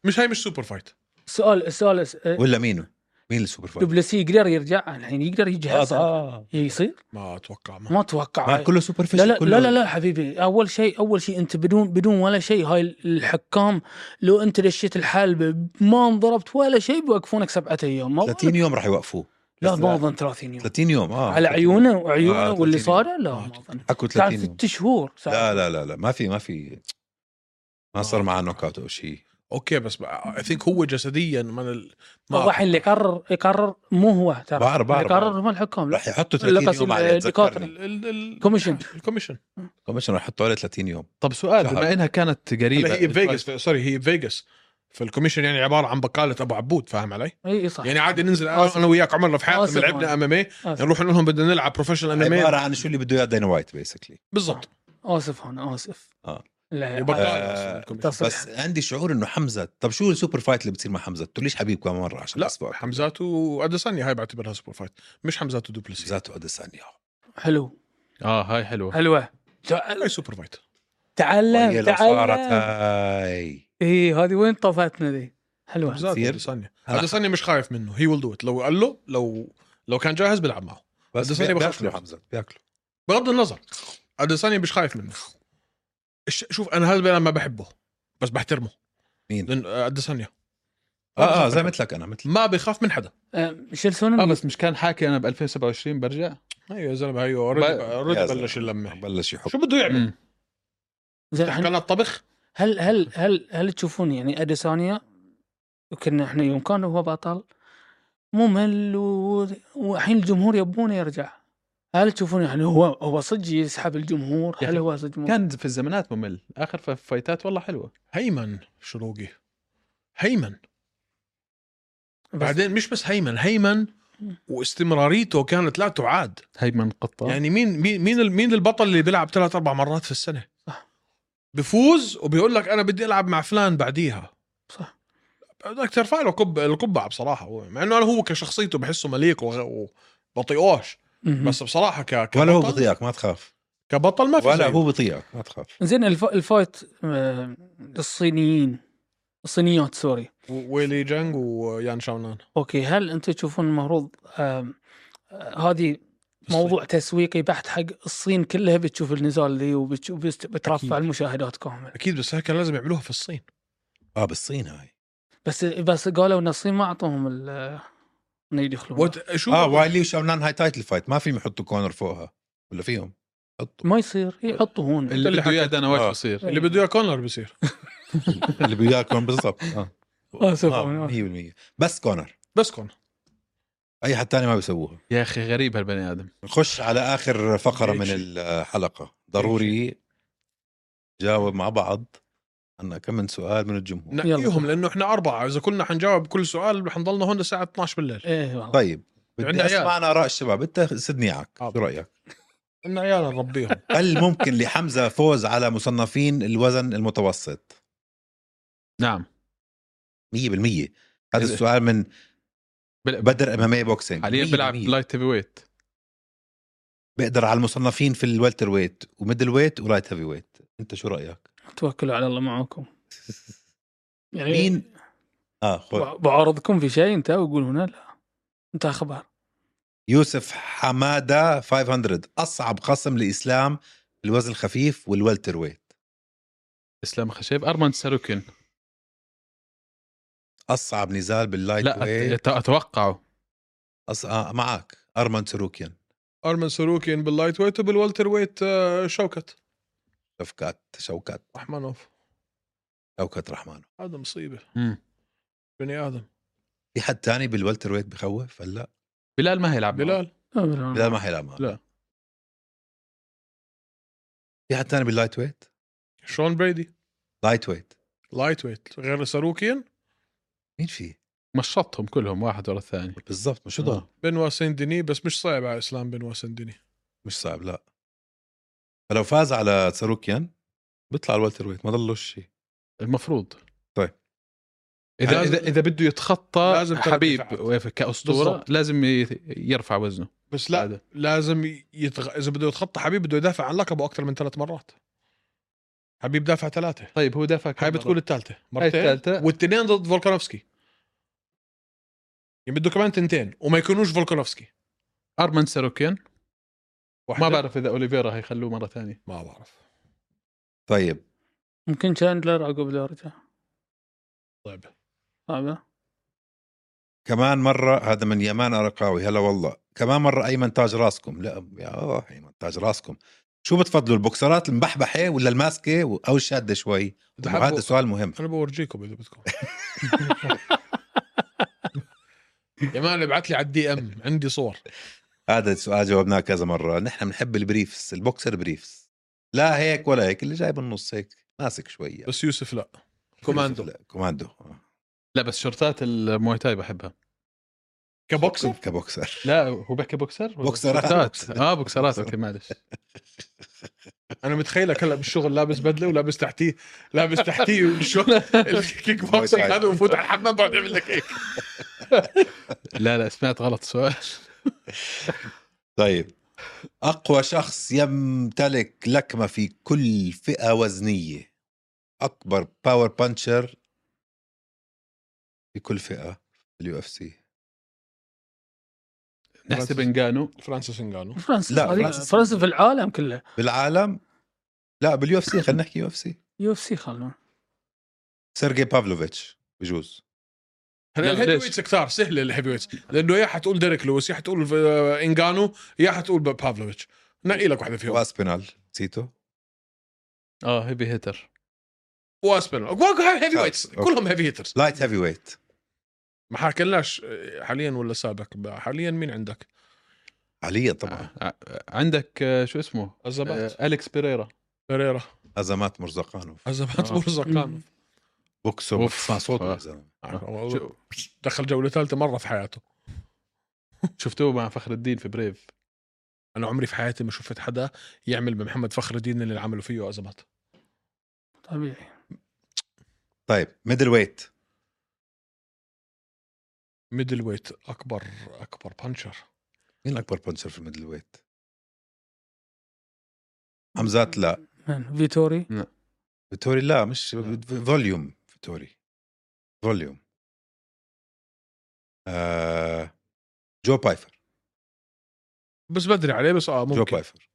[SPEAKER 3] مش هاي مش سوبر فايت
[SPEAKER 2] السؤال السؤال آه،
[SPEAKER 4] ولا مينو مين السوبر فايت
[SPEAKER 2] دبلوسي يقدر يرجع الحين يقدر يجهز
[SPEAKER 4] آه.
[SPEAKER 2] يصير
[SPEAKER 3] ما اتوقع ما
[SPEAKER 2] ما اتوقع
[SPEAKER 4] ما كله سوبر
[SPEAKER 2] لا لا,
[SPEAKER 4] كله
[SPEAKER 2] لا لا لا حبيبي اول شيء اول شيء انت بدون بدون ولا شيء هاي الحكام لو انت دشيت الحلبة ما انضربت ولا شيء بيوقفونك سبعة ايام ما
[SPEAKER 4] 30 يوم راح يوقفوه
[SPEAKER 2] لا
[SPEAKER 4] بس
[SPEAKER 2] ما اظن 30 يوم
[SPEAKER 4] 30 يوم اه
[SPEAKER 2] على
[SPEAKER 4] 30
[SPEAKER 2] عيونه وعيونه
[SPEAKER 4] آه، 30
[SPEAKER 2] واللي
[SPEAKER 4] يوم.
[SPEAKER 2] صار لا
[SPEAKER 3] آه،
[SPEAKER 2] ما اظن
[SPEAKER 4] حكوا
[SPEAKER 2] ساعة
[SPEAKER 4] 30 يوم
[SPEAKER 2] ست شهور ساعة
[SPEAKER 4] لا لا لا لا ما في ما في ما صار معاه نوك اوت او شيء
[SPEAKER 3] اوكي بس اي ثينك هو جسديا من ال...
[SPEAKER 2] هو
[SPEAKER 3] ما
[SPEAKER 2] الحين اللي يقرر يقرر مو هو ترى
[SPEAKER 4] بعرف- بعرف-
[SPEAKER 2] اللي يقرر
[SPEAKER 4] بعرف.
[SPEAKER 2] هم الحكام لا
[SPEAKER 4] راح يحطوا
[SPEAKER 2] لا،
[SPEAKER 4] 30
[SPEAKER 2] بس
[SPEAKER 4] يوم عليه
[SPEAKER 2] الدكاترة.
[SPEAKER 4] تذكرني
[SPEAKER 3] ال- ال- ال-
[SPEAKER 2] كوميشن.
[SPEAKER 3] الكوميشن
[SPEAKER 4] الكوميشن راح يحطوا عليه 30 يوم
[SPEAKER 1] طب سؤال
[SPEAKER 4] شهر.
[SPEAKER 1] بما انها كانت
[SPEAKER 2] إيه،
[SPEAKER 1] قريبه
[SPEAKER 3] هلا هي بفيجاس سوري هي بفيجاس فالكوميشن يعني عباره عن بقاله ابو عبود فاهم علي؟
[SPEAKER 2] اي إي صح
[SPEAKER 3] يعني عادي ننزل انا أنا وياك عمر رفحات
[SPEAKER 2] آسف،
[SPEAKER 3] لما لعبنا ام ام اي
[SPEAKER 2] آسف.
[SPEAKER 4] يعني
[SPEAKER 3] نروح نقول لهم بدنا نلعب بروفيشنال ام ام
[SPEAKER 4] عباره
[SPEAKER 3] اي
[SPEAKER 4] عن شو اللي بده اياه دينا وايت بيسكلي
[SPEAKER 3] بالضبط
[SPEAKER 2] اسف انا اسف
[SPEAKER 4] آه.
[SPEAKER 2] لا
[SPEAKER 3] وبطارية
[SPEAKER 2] آه،
[SPEAKER 3] أصلاً الكوميشن.
[SPEAKER 2] تصريح.
[SPEAKER 4] بس عندي شعور انه حمزه طب شو السوبر فايت اللي بتصير مع حمزه تقوليش حبيب كمان مره عشان
[SPEAKER 2] آه،
[SPEAKER 3] لا
[SPEAKER 4] الاسبوع
[SPEAKER 3] حمزات واديسانيا هاي بعتبرها سوبر فايت مش حمزات ودوبلسي
[SPEAKER 4] ذاته اديسانيا
[SPEAKER 2] حلو
[SPEAKER 1] اه هاي حلوه
[SPEAKER 2] حلوه
[SPEAKER 3] هاي سوبر فايت
[SPEAKER 4] هي
[SPEAKER 2] تعلم
[SPEAKER 4] لو صارت
[SPEAKER 2] تعلم
[SPEAKER 4] هاي
[SPEAKER 2] اي إيه، هذه وين طفتنا ذي حلوه
[SPEAKER 3] حمزات
[SPEAKER 4] كثير.
[SPEAKER 3] واديسانيا
[SPEAKER 4] هلا-
[SPEAKER 3] اديسانيا مش خايف منه هي ويل دو ات لو قال له لو لو كان جاهز بيلعب معه
[SPEAKER 4] بس
[SPEAKER 3] أديسانيا
[SPEAKER 4] بي-
[SPEAKER 3] بخاف
[SPEAKER 4] بياكلوا
[SPEAKER 3] منه.
[SPEAKER 4] حمزه بياكلوا
[SPEAKER 3] بغض النظر اديسانيا مش خايف منه الش- شوف انا هذا البني آدم ما بحبه بس بحترمه
[SPEAKER 4] مين؟
[SPEAKER 3] لأن- آه، اديسانيا
[SPEAKER 4] اه اه زي مثلك انا مثل
[SPEAKER 3] ما بيخاف من حدا
[SPEAKER 2] آه، شيلسون
[SPEAKER 1] اه بس مش كان حكي انا ب 2027 برجع
[SPEAKER 3] ايوه يا زلمه ايوه
[SPEAKER 1] ب-
[SPEAKER 3] اوريدي اوريدي
[SPEAKER 4] يا زلمة.
[SPEAKER 3] بلش اللمه
[SPEAKER 4] بلش يحب
[SPEAKER 3] شو بده يعمل؟
[SPEAKER 2] زين
[SPEAKER 3] يفتح
[SPEAKER 2] إحنا-
[SPEAKER 3] قناه طبخ
[SPEAKER 2] هل هل هل هل تشوفون يعني اديسانيا وكنا احنا يوم كان هو بطل ممل و- والحين الجمهور يبونه يرجع هل تشوفون يعني هو هو صدق يسحب الجمهور
[SPEAKER 1] يا
[SPEAKER 2] هل
[SPEAKER 1] أخي،
[SPEAKER 2] هو صدق مو-
[SPEAKER 1] كان في الزمانات ممل اخر ف- فايتات والله حلوه
[SPEAKER 3] هيمن شروقي هيمن
[SPEAKER 2] بس-
[SPEAKER 3] بعدين مش بس هيمن هيمن واستمراريته كانت لا تعاد
[SPEAKER 1] هيمن قطه يعني
[SPEAKER 3] يعني مين مين مين ال- مين البطل اللي بيلعب ثلاث اربع مرات في السنه
[SPEAKER 2] صح.
[SPEAKER 3] بفوز وبيقول لك انا بدي العب مع فلان بعديها
[SPEAKER 2] صح
[SPEAKER 3] بدك ترفع له كب... القبعه بصراحه هو. مع انه انا هو كشخصيته بحسه مليك و... وبطيئوش
[SPEAKER 2] مهم.
[SPEAKER 3] بس بصراحه ك... كبطل
[SPEAKER 4] ولا هو بطيئك ما تخاف
[SPEAKER 3] كبطل ما في
[SPEAKER 4] ولا
[SPEAKER 3] زيه.
[SPEAKER 4] هو بطيئك ما تخاف
[SPEAKER 2] زين الف... الفايت آه، الصينيين الصينيات سوري
[SPEAKER 3] و- ويلي جانج ويان شاونان
[SPEAKER 2] اوكي هل انتم تشوفون المفروض آم، آه، هذه موضوع تسويقي بحت حق الصين كلها بتشوف النزال ذي وبتشوف بتست-
[SPEAKER 3] أكيد.
[SPEAKER 2] بترفع المشاهدات كامل
[SPEAKER 3] اكيد بس هاي كان لازم يعملوها في الصين
[SPEAKER 4] اه بالصين هاي
[SPEAKER 2] بس بس قالوا ان الصين ما اعطوهم ال انه يدخلون
[SPEAKER 3] وت... شو
[SPEAKER 4] اه وايلي وشاونان هاي تايتل فايت ما فيهم يحطوا كونر فوقها ولا فيهم حطوا
[SPEAKER 2] ما يصير يحطوا هون
[SPEAKER 1] اللي
[SPEAKER 3] اللي
[SPEAKER 1] بده اياه دانا وايت
[SPEAKER 4] آه.
[SPEAKER 1] بصير
[SPEAKER 3] اللي بده اياه كونر بيصير
[SPEAKER 4] اللي بده اياكم بالضبط اه
[SPEAKER 2] آسف.
[SPEAKER 4] آه، 100% بس كونر
[SPEAKER 3] بس كونر
[SPEAKER 4] اي حد تاني ما بيسووها
[SPEAKER 1] يا اخي غريب هالبني ادم
[SPEAKER 4] نخش على اخر فقره من
[SPEAKER 3] ماشي.
[SPEAKER 4] الحلقه ضروري جاوب مع بعض عنا كم من سؤال من
[SPEAKER 3] نعم.
[SPEAKER 4] الجمهور
[SPEAKER 3] نقيهم لانه احنا اربعه اذا كنا حنجاوب كل سؤال حنضلنا هون للساعه 12 بالليل
[SPEAKER 2] ايه والله
[SPEAKER 4] طيب بدي
[SPEAKER 3] عندنا عيال.
[SPEAKER 4] اسمعنا اراء الشباب انت سدني عك شو
[SPEAKER 3] آه.
[SPEAKER 4] رايك
[SPEAKER 3] ان عيالنا نربيهم
[SPEAKER 4] هل ممكن لحمزه فوز على مصنفين الوزن المتوسط
[SPEAKER 1] نعم
[SPEAKER 4] 100% هذا السؤال من
[SPEAKER 1] بل-
[SPEAKER 4] بدر اماميه بوكسينج
[SPEAKER 1] حاليا
[SPEAKER 4] 100%.
[SPEAKER 1] بيلعب لايت هيفي ويت
[SPEAKER 4] بقدر على المصنفين في الوالتر ويت وميدل ويت ولايت هيفي ويت انت شو رايك
[SPEAKER 2] توكلوا على الله معاكم يعني
[SPEAKER 1] إيه.
[SPEAKER 4] مين اه خل.
[SPEAKER 2] ب- بعارضكم في شيء انت وقول هنا لا انت اخبار
[SPEAKER 4] يوسف حماده 500 اصعب خصم لاسلام في الوزن الخفيف والوالتر ويت
[SPEAKER 1] اسلام خشيب ارمان ساروكن
[SPEAKER 4] اصعب نزال باللايت
[SPEAKER 1] لا
[SPEAKER 4] ويت
[SPEAKER 1] أت- اتوقعه
[SPEAKER 4] أص... آه معك ارمن سروكيان
[SPEAKER 3] ارمن سلوكين باللايت ويت وبالوالتر ويت آه، شوكت
[SPEAKER 4] شفكات شوكات
[SPEAKER 3] رحمنوف
[SPEAKER 4] شوكات رحمن
[SPEAKER 3] هذا مصيبه
[SPEAKER 1] مم.
[SPEAKER 3] بني ادم
[SPEAKER 4] في حد تاني بالوالتر ويت بخوف هلا
[SPEAKER 1] بلال ما هيلعب معه.
[SPEAKER 3] بلال
[SPEAKER 2] لا بالله.
[SPEAKER 4] لا ما حيلعب معه.
[SPEAKER 1] لا.
[SPEAKER 4] في حد تاني باللايت ويت
[SPEAKER 3] شون بريدي
[SPEAKER 4] لايت ويت
[SPEAKER 3] لايت ويت غير ساروكيان
[SPEAKER 4] مين في
[SPEAKER 1] مشطهم كلهم واحد ورا الثاني
[SPEAKER 4] بالضبط شو ضل
[SPEAKER 1] آه.
[SPEAKER 3] بنوا سندني بس مش صعب على اسلام بنوا سندني
[SPEAKER 4] مش صعب لا فلو فاز على ساروكيان بيطلع الوالتر ويت ما ضلوش شيء
[SPEAKER 1] المفروض
[SPEAKER 4] طيب.
[SPEAKER 1] اذا
[SPEAKER 3] لازم-
[SPEAKER 1] اذا اذا بده يتخطى لازم
[SPEAKER 3] لازم ثلاث
[SPEAKER 1] حبيب
[SPEAKER 3] دفاعات.
[SPEAKER 1] ويف- كاسطوره
[SPEAKER 3] بالضبط.
[SPEAKER 1] بالزبط. لازم ي- يرفع وزنه
[SPEAKER 3] بس لا
[SPEAKER 1] هذا.
[SPEAKER 3] لازم يتغ... اذا بده يتخطى حبيب بده يدافع عن لقبه اكثر من ثلاث مرات حبيب دافع ثلاثه
[SPEAKER 1] طيب هو دافع كم
[SPEAKER 3] هاي بتكون
[SPEAKER 1] مرة؟
[SPEAKER 3] الثالثه
[SPEAKER 1] هاي
[SPEAKER 3] مرتين
[SPEAKER 1] الثالثه
[SPEAKER 3] والتنين ضد فولكانوفسكي يعني بده كمان تنتين وما يكونوش فولكانوفسكي
[SPEAKER 1] ارمن ساروكين
[SPEAKER 3] واحدة.
[SPEAKER 1] ما بعرف اذا اوليفيرا هيخلوه مره ثانيه
[SPEAKER 3] ما بعرف
[SPEAKER 4] طيب
[SPEAKER 2] ممكن شاندلر عقب طيب. الارجع
[SPEAKER 3] صعبه
[SPEAKER 2] هذا
[SPEAKER 4] كمان مرة هذا من يمان أرقاوي هلا والله كمان مرة أيمن تاج راسكم لا يا الله، أيمن تاج راسكم شو بتفضلوا البوكسرات المبحبحة ولا الماسكة و- أو الشادة شوي
[SPEAKER 3] بدي أحب-
[SPEAKER 4] وهذا سؤال مهم
[SPEAKER 3] انا بورجيكم اذا بدكم يا مان ابعث لي على الدي ام عندي صور
[SPEAKER 4] هذا سؤال جاوبناه كذا مرة نحن بنحب البريفس البوكسر بريفس لا هيك ولا هيك اللي جاي بالنص هيك ماسك شوية
[SPEAKER 3] بس يوسف لا كوماندو
[SPEAKER 4] لا، كوماندو آه.
[SPEAKER 1] لا بس شورتات المواي تاي بحبها
[SPEAKER 3] كبوكسر
[SPEAKER 4] كبوكسر
[SPEAKER 1] لا هو بحكي بوكسر آه،
[SPEAKER 4] بوكسرات.
[SPEAKER 1] شورتات. اه بوكسرات اوكي معلش
[SPEAKER 3] انا متخيلك هلا بالشغل لابس بدله ولابس تحتيه لابس تحتيه والشو- الكيك بوكسينج هذا وفوت على الحمام بقعد يعمل لك هيك
[SPEAKER 1] لا لا سمعت غلط السؤال
[SPEAKER 4] طيب اقوى شخص يمتلك لكمه في كل فئه وزنيه اكبر باور بانشر في كل فئه في اليو اف سي
[SPEAKER 1] نحسب انجانو
[SPEAKER 3] فرانسيس انجانو
[SPEAKER 2] فرنسا
[SPEAKER 4] لا،
[SPEAKER 2] صديق.
[SPEAKER 4] فرنسا-
[SPEAKER 2] فرنسا في العالم كله
[SPEAKER 4] بالعالم لا باليو اف سي خلينا نحكي يو اف سي
[SPEAKER 2] يو اف سي خلونا
[SPEAKER 4] سيرجي بافلوفيتش بجوز
[SPEAKER 3] هلا
[SPEAKER 1] لا،
[SPEAKER 3] الهيفي
[SPEAKER 1] ليش؟
[SPEAKER 3] ويتس كثار سهله الهيفي ويتس لانه يا حتقول ديريك لويس يا حتقول آه، انجانو يا حتقول بافلوفيتش نقي لك وحده فيهم
[SPEAKER 4] واسبينال نسيته
[SPEAKER 1] اه هيفي هيتر
[SPEAKER 3] واسبينال هيفي ويتس
[SPEAKER 4] أوكي.
[SPEAKER 3] كلهم هيفي هيترز
[SPEAKER 4] لايت هيفي ويت
[SPEAKER 3] ما حكيناش آه، حاليا ولا سابق حاليا مين عندك؟
[SPEAKER 4] حاليا طبعا
[SPEAKER 1] ع- عندك آه، شو اسمه
[SPEAKER 3] الزبات
[SPEAKER 1] آه، اليكس بيريرا
[SPEAKER 3] بريرا
[SPEAKER 4] ازمات مرزقانوف
[SPEAKER 3] الزبات
[SPEAKER 1] آه.
[SPEAKER 4] طيب.
[SPEAKER 3] مرزقان
[SPEAKER 4] بوكسو
[SPEAKER 1] أوف.
[SPEAKER 4] بسمع صوته
[SPEAKER 1] آه.
[SPEAKER 4] يا زلمه
[SPEAKER 1] شو-
[SPEAKER 3] دخل جوله ثالثه مره في حياته
[SPEAKER 1] شفتوه مع فخر الدين في بريف
[SPEAKER 3] انا عمري في حياتي ما شفت حدا يعمل بمحمد فخر الدين اللي عملوا فيه ازمات
[SPEAKER 2] طبيعي
[SPEAKER 4] طيب ميدل ويت
[SPEAKER 3] ميدل ويت اكبر اكبر بانشر
[SPEAKER 4] مين اكبر بانشر في الميدل ويت حمزات لا
[SPEAKER 2] من فيتوري
[SPEAKER 4] فيتوري لا مش فوليوم فيتوري فوليوم آه جو بايفر
[SPEAKER 3] بس بدري عليه بس اه
[SPEAKER 4] جو
[SPEAKER 3] ممكن
[SPEAKER 4] بايفر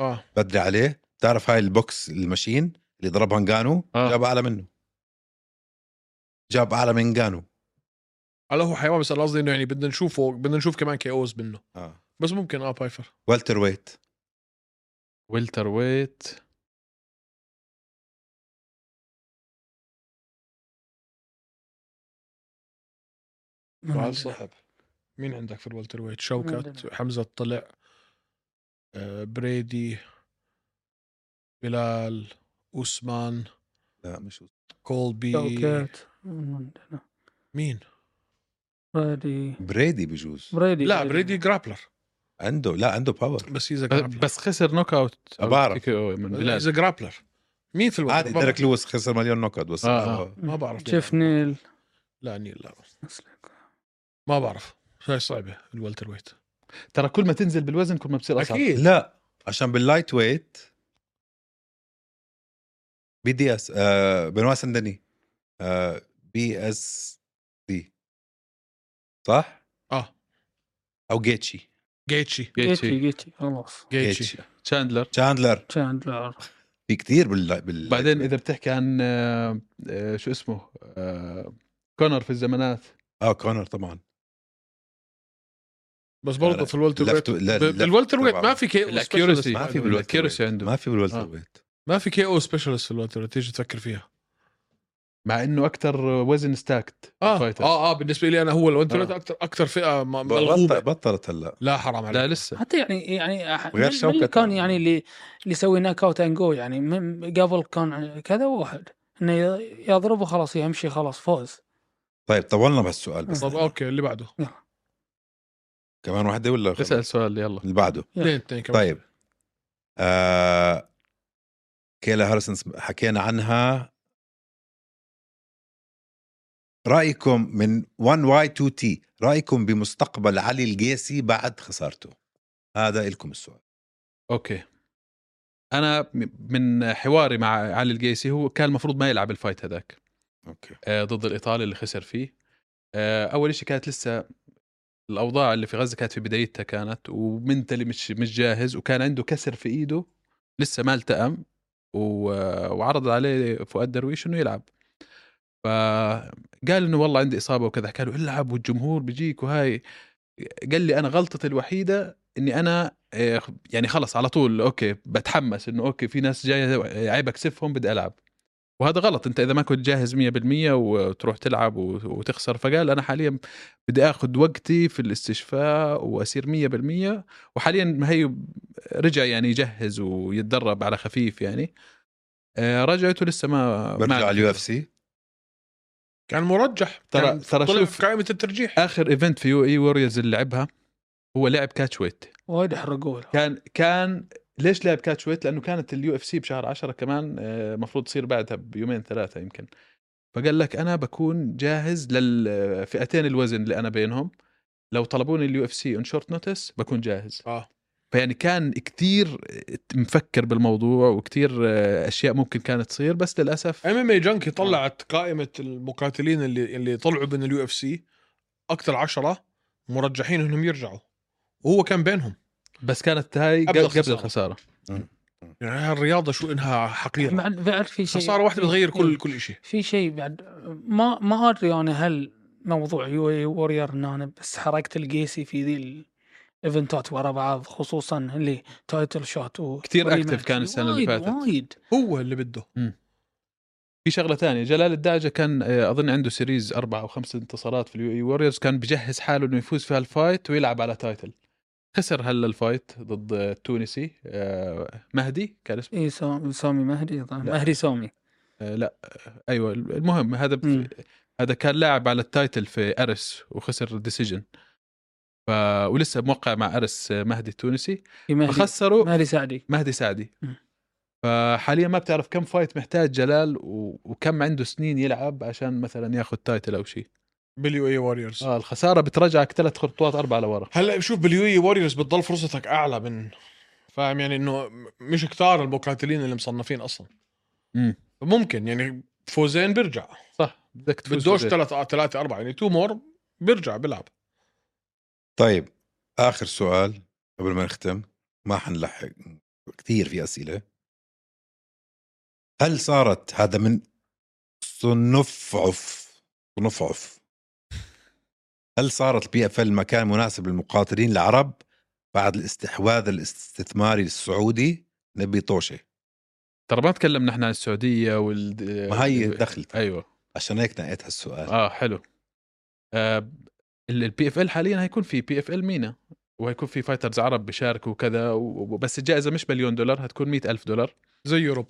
[SPEAKER 3] اه
[SPEAKER 4] بدري عليه تعرف هاي البوكس المشين اللي ضربها انجانو
[SPEAKER 1] آه.
[SPEAKER 4] جاب اعلى منه جاب اعلى من انجانو
[SPEAKER 3] هلا هو حيوان بس أنا قصدي انه يعني بدنا نشوفه بدنا نشوف كمان كي اوز منه
[SPEAKER 4] آه.
[SPEAKER 3] بس ممكن اه بايفر
[SPEAKER 4] والتر ويت
[SPEAKER 1] ويلتر ويت
[SPEAKER 2] من عندنا.
[SPEAKER 3] سؤال
[SPEAKER 4] طيب.
[SPEAKER 3] صعب مين عندك في الولتر ويت
[SPEAKER 2] مين
[SPEAKER 3] شوكت
[SPEAKER 2] عندنا؟
[SPEAKER 3] حمزه طلع آه بريدي بلال اوسمان
[SPEAKER 4] لا مش
[SPEAKER 3] كولبي
[SPEAKER 2] شوكات من عندنا.
[SPEAKER 3] مين
[SPEAKER 2] بريدي
[SPEAKER 4] بريدي بجوز
[SPEAKER 2] بريدي
[SPEAKER 3] لا بريدي جرابلر
[SPEAKER 4] عنده لا عنده باور
[SPEAKER 3] بس اذا
[SPEAKER 1] ب-
[SPEAKER 3] جرابلر
[SPEAKER 1] بس خسر نوك اوت أو
[SPEAKER 4] بعرف.
[SPEAKER 1] TKO من بلال
[SPEAKER 3] اذا جرابلر مين في الولتر
[SPEAKER 4] عادي
[SPEAKER 3] ما
[SPEAKER 4] ديريك
[SPEAKER 3] بعرف.
[SPEAKER 4] لويس خسر مليون نقط بس
[SPEAKER 1] آه،
[SPEAKER 4] آه.
[SPEAKER 3] ما بعرف
[SPEAKER 2] جيف
[SPEAKER 3] ليه.
[SPEAKER 2] نيل
[SPEAKER 3] لا نيل لا ما بعرف هاي صعبه الولتر ويت
[SPEAKER 1] ترى كل ما تنزل بالوزن كل ما بتصير اصعب
[SPEAKER 3] اكيد
[SPEAKER 4] لا عشان باللايت ويت بي دي اس آه بنوا سندني آه بي اس دي صح؟
[SPEAKER 3] اه
[SPEAKER 4] او جيتشي
[SPEAKER 3] جيتشي
[SPEAKER 2] جيتشي
[SPEAKER 1] جيتشي
[SPEAKER 2] جيتشي خلاص
[SPEAKER 3] جيتشي
[SPEAKER 1] تشاندلر
[SPEAKER 4] تشاندلر
[SPEAKER 2] تشاندلر
[SPEAKER 4] في كثير بال, بال...
[SPEAKER 1] بعدين اذا بتحكي عن آه، آه، شو اسمه آه، كونر في الزمانات
[SPEAKER 4] اه كونر طبعا
[SPEAKER 3] بس
[SPEAKER 4] آه،
[SPEAKER 3] برضه في الولتر
[SPEAKER 4] لفت-
[SPEAKER 3] ويت
[SPEAKER 4] لا- لفت-
[SPEAKER 3] الولتر ويت ما
[SPEAKER 4] طبعاً.
[SPEAKER 3] في كي او
[SPEAKER 1] الاكيورسي
[SPEAKER 4] ما
[SPEAKER 3] specialist.
[SPEAKER 4] في بالوزن.
[SPEAKER 1] الاكيورسي عنده
[SPEAKER 4] ما في بالويلتر
[SPEAKER 1] آه.
[SPEAKER 4] ويت
[SPEAKER 3] ما في كي او سبيشالست في الولتر ويت تيجي تفكر فيها
[SPEAKER 1] مع انه اكثر وزن ستاكت
[SPEAKER 3] اه اه اه بالنسبه لي انا هو الولتر ويت
[SPEAKER 1] آه.
[SPEAKER 3] اكثر اكثر فئه م-
[SPEAKER 4] بطل-
[SPEAKER 3] ملغوبه
[SPEAKER 4] بطلت هلا
[SPEAKER 3] لا حرام عليك
[SPEAKER 1] لا لسه
[SPEAKER 2] حتى يعني يعني أح-
[SPEAKER 4] وغير
[SPEAKER 2] من- من
[SPEAKER 4] شوكة
[SPEAKER 2] اللي كان
[SPEAKER 4] طبعاً.
[SPEAKER 2] يعني اللي اللي يسوي ناك اوت اند جو يعني من قبل كان كذا واحد انه ي- يضربه خلاص يمشي خلاص فوز
[SPEAKER 4] طيب طولنا بهالسؤال بس
[SPEAKER 3] طب اوكي اللي بعده
[SPEAKER 4] كمان واحده ولا خلص؟
[SPEAKER 1] اسال سؤال يلا
[SPEAKER 4] اللي بعده
[SPEAKER 3] اثنين اثنين كمان
[SPEAKER 4] طيب آه كيلا هارسون سم- حكينا عنها رايكم من 1 واي 2 تي رايكم بمستقبل علي القيسي بعد خسارته هذا لكم السؤال
[SPEAKER 1] اوكي انا م- من حواري مع علي القيسي هو كان المفروض ما يلعب الفايت هذاك
[SPEAKER 4] اوكي
[SPEAKER 1] آه، ضد الايطالي اللي خسر فيه آه، اول شيء كانت لسه الاوضاع اللي في غزه كانت في بدايتها كانت ومنتلي مش مش جاهز وكان عنده كسر في ايده لسه ما التئم و- آه، وعرض عليه فؤاد درويش انه يلعب فقال انه والله عندي اصابه وكذا حكى له العب والجمهور بيجيك وهاي قال لي انا غلطتي الوحيده اني انا آه، يعني خلص على طول اوكي بتحمس انه اوكي في ناس جايه عيب اكسفهم بدي العب وهذا غلط انت اذا ما كنت جاهز 100% وتروح تلعب وت- وتخسر فقال انا حاليا بدي اخذ وقتي في الاستشفاء واسير 100% وحاليا هي رجع يعني يجهز ويتدرب على خفيف يعني آه، رجعته لسه ما ما
[SPEAKER 4] برجع على اليو اف سي
[SPEAKER 3] كان مرجح
[SPEAKER 1] ترى-
[SPEAKER 3] كان
[SPEAKER 1] ترى
[SPEAKER 3] طلع
[SPEAKER 1] شوف- آه.
[SPEAKER 3] في قائمه الترجيح
[SPEAKER 1] اخر ايفنت في يو اي ووريرز اللي لعبها هو لعب كاتش ويت
[SPEAKER 2] وايد يحرقوه
[SPEAKER 1] كان كان ليش لعب كاتش ويت؟ لانه كانت اليو اف سي بشهر 10 كمان آه، مفروض تصير بعدها بيومين ثلاثه يمكن فقال لك انا بكون جاهز للفئتين الوزن اللي انا بينهم لو طلبوني اليو اف سي ان شورت نوتس بكون جاهز
[SPEAKER 3] اه
[SPEAKER 1] فيعني كان كثير مفكر بالموضوع وكثير اشياء ممكن كانت تصير بس للاسف
[SPEAKER 3] ام ام اي
[SPEAKER 1] آه.
[SPEAKER 3] جنكي إيه طلعت قائمه المقاتلين اللي اللي طلعوا من اليو اف سي اكثر عشرة مرجحين انهم يرجعوا وهو كان بينهم
[SPEAKER 1] بس كانت هاي
[SPEAKER 3] قبل
[SPEAKER 1] قبل, قبل
[SPEAKER 3] الخسارة.
[SPEAKER 1] الخساره
[SPEAKER 3] يعني هاي الرياضه شو انها حقيره
[SPEAKER 2] بعد بعد في شيء
[SPEAKER 3] خساره واحده بتغير كل كل شيء
[SPEAKER 2] في شيء بعد ما ما ادري انا هل موضوع يو اي وورير ان انا بس حركت القيسي في ذي الايفنتات ورا بعض خصوصا اللي تايتل شوت و
[SPEAKER 1] كتير
[SPEAKER 2] وريماتش.
[SPEAKER 1] active كان السنة اللي
[SPEAKER 2] وايد-
[SPEAKER 1] فاتت.
[SPEAKER 2] وايد
[SPEAKER 3] هو اللي بده
[SPEAKER 1] في شغله ثانيه جلال الدعجه كان آه، اظن عنده سيريز اربع او خمس انتصارات في اليو اي ووريرز E كان بجهز حاله انه يفوز في هالفايت ويلعب على تايتل خسر هلا الفايت ضد التونسي آه، مهدي كان اسمه
[SPEAKER 2] اي سو- سامي مهدي طبعاً.
[SPEAKER 1] لا.
[SPEAKER 2] مهدي سامي
[SPEAKER 1] آه، لا آه، ايوه المهم هذا
[SPEAKER 2] مم.
[SPEAKER 1] هذا كان لاعب على التايتل في ارس وخسر ديسيجن ف... ولسه موقع مع ارس آه، مهدي التونسي
[SPEAKER 2] في مهدي
[SPEAKER 1] فخسروا
[SPEAKER 2] مهدي سعدي
[SPEAKER 1] مهدي سعدي
[SPEAKER 2] مم.
[SPEAKER 1] فحاليا ما بتعرف كم فايت محتاج جلال و... وكم عنده سنين يلعب عشان مثلا ياخذ تايتل او شيء
[SPEAKER 3] باليو اي واريورز
[SPEAKER 1] اه الخساره بترجعك ثلاث خطوات اربعه لورا
[SPEAKER 3] هلا بشوف باليو اي واريورز بتضل فرصتك اعلى من فاهم يعني انه مش كتار المقاتلين اللي مصنفين اصلا
[SPEAKER 1] امم
[SPEAKER 3] ممكن يعني فوزين بيرجع
[SPEAKER 1] صح بدك تفوز
[SPEAKER 3] بدوش
[SPEAKER 1] بزيادة.
[SPEAKER 3] ثلاثة ثلاثة أربعة يعني تو مور بيرجع بيلعب
[SPEAKER 4] طيب اخر سؤال قبل ما نختم ما حنلحق كثير في اسئله هل صارت هذا من صنفعف صنفعف هل صارت البي اف المكان مناسب للمقاتلين العرب بعد الاستحواذ الاستثماري السعودي نبي طوشه
[SPEAKER 1] ترى ما تكلمنا احنا عن السعوديه وال
[SPEAKER 4] ما هي دخلت
[SPEAKER 1] ايوه
[SPEAKER 4] عشان هيك نقيت هالسؤال
[SPEAKER 1] اه حلو آه البي اف ال حاليا هيكون في بي اف ال مينا وهيكون في فايترز عرب بيشاركوا وكذا و- وبس الجائزه مش مليون دولار هتكون مئة ألف دولار
[SPEAKER 3] زي يوروب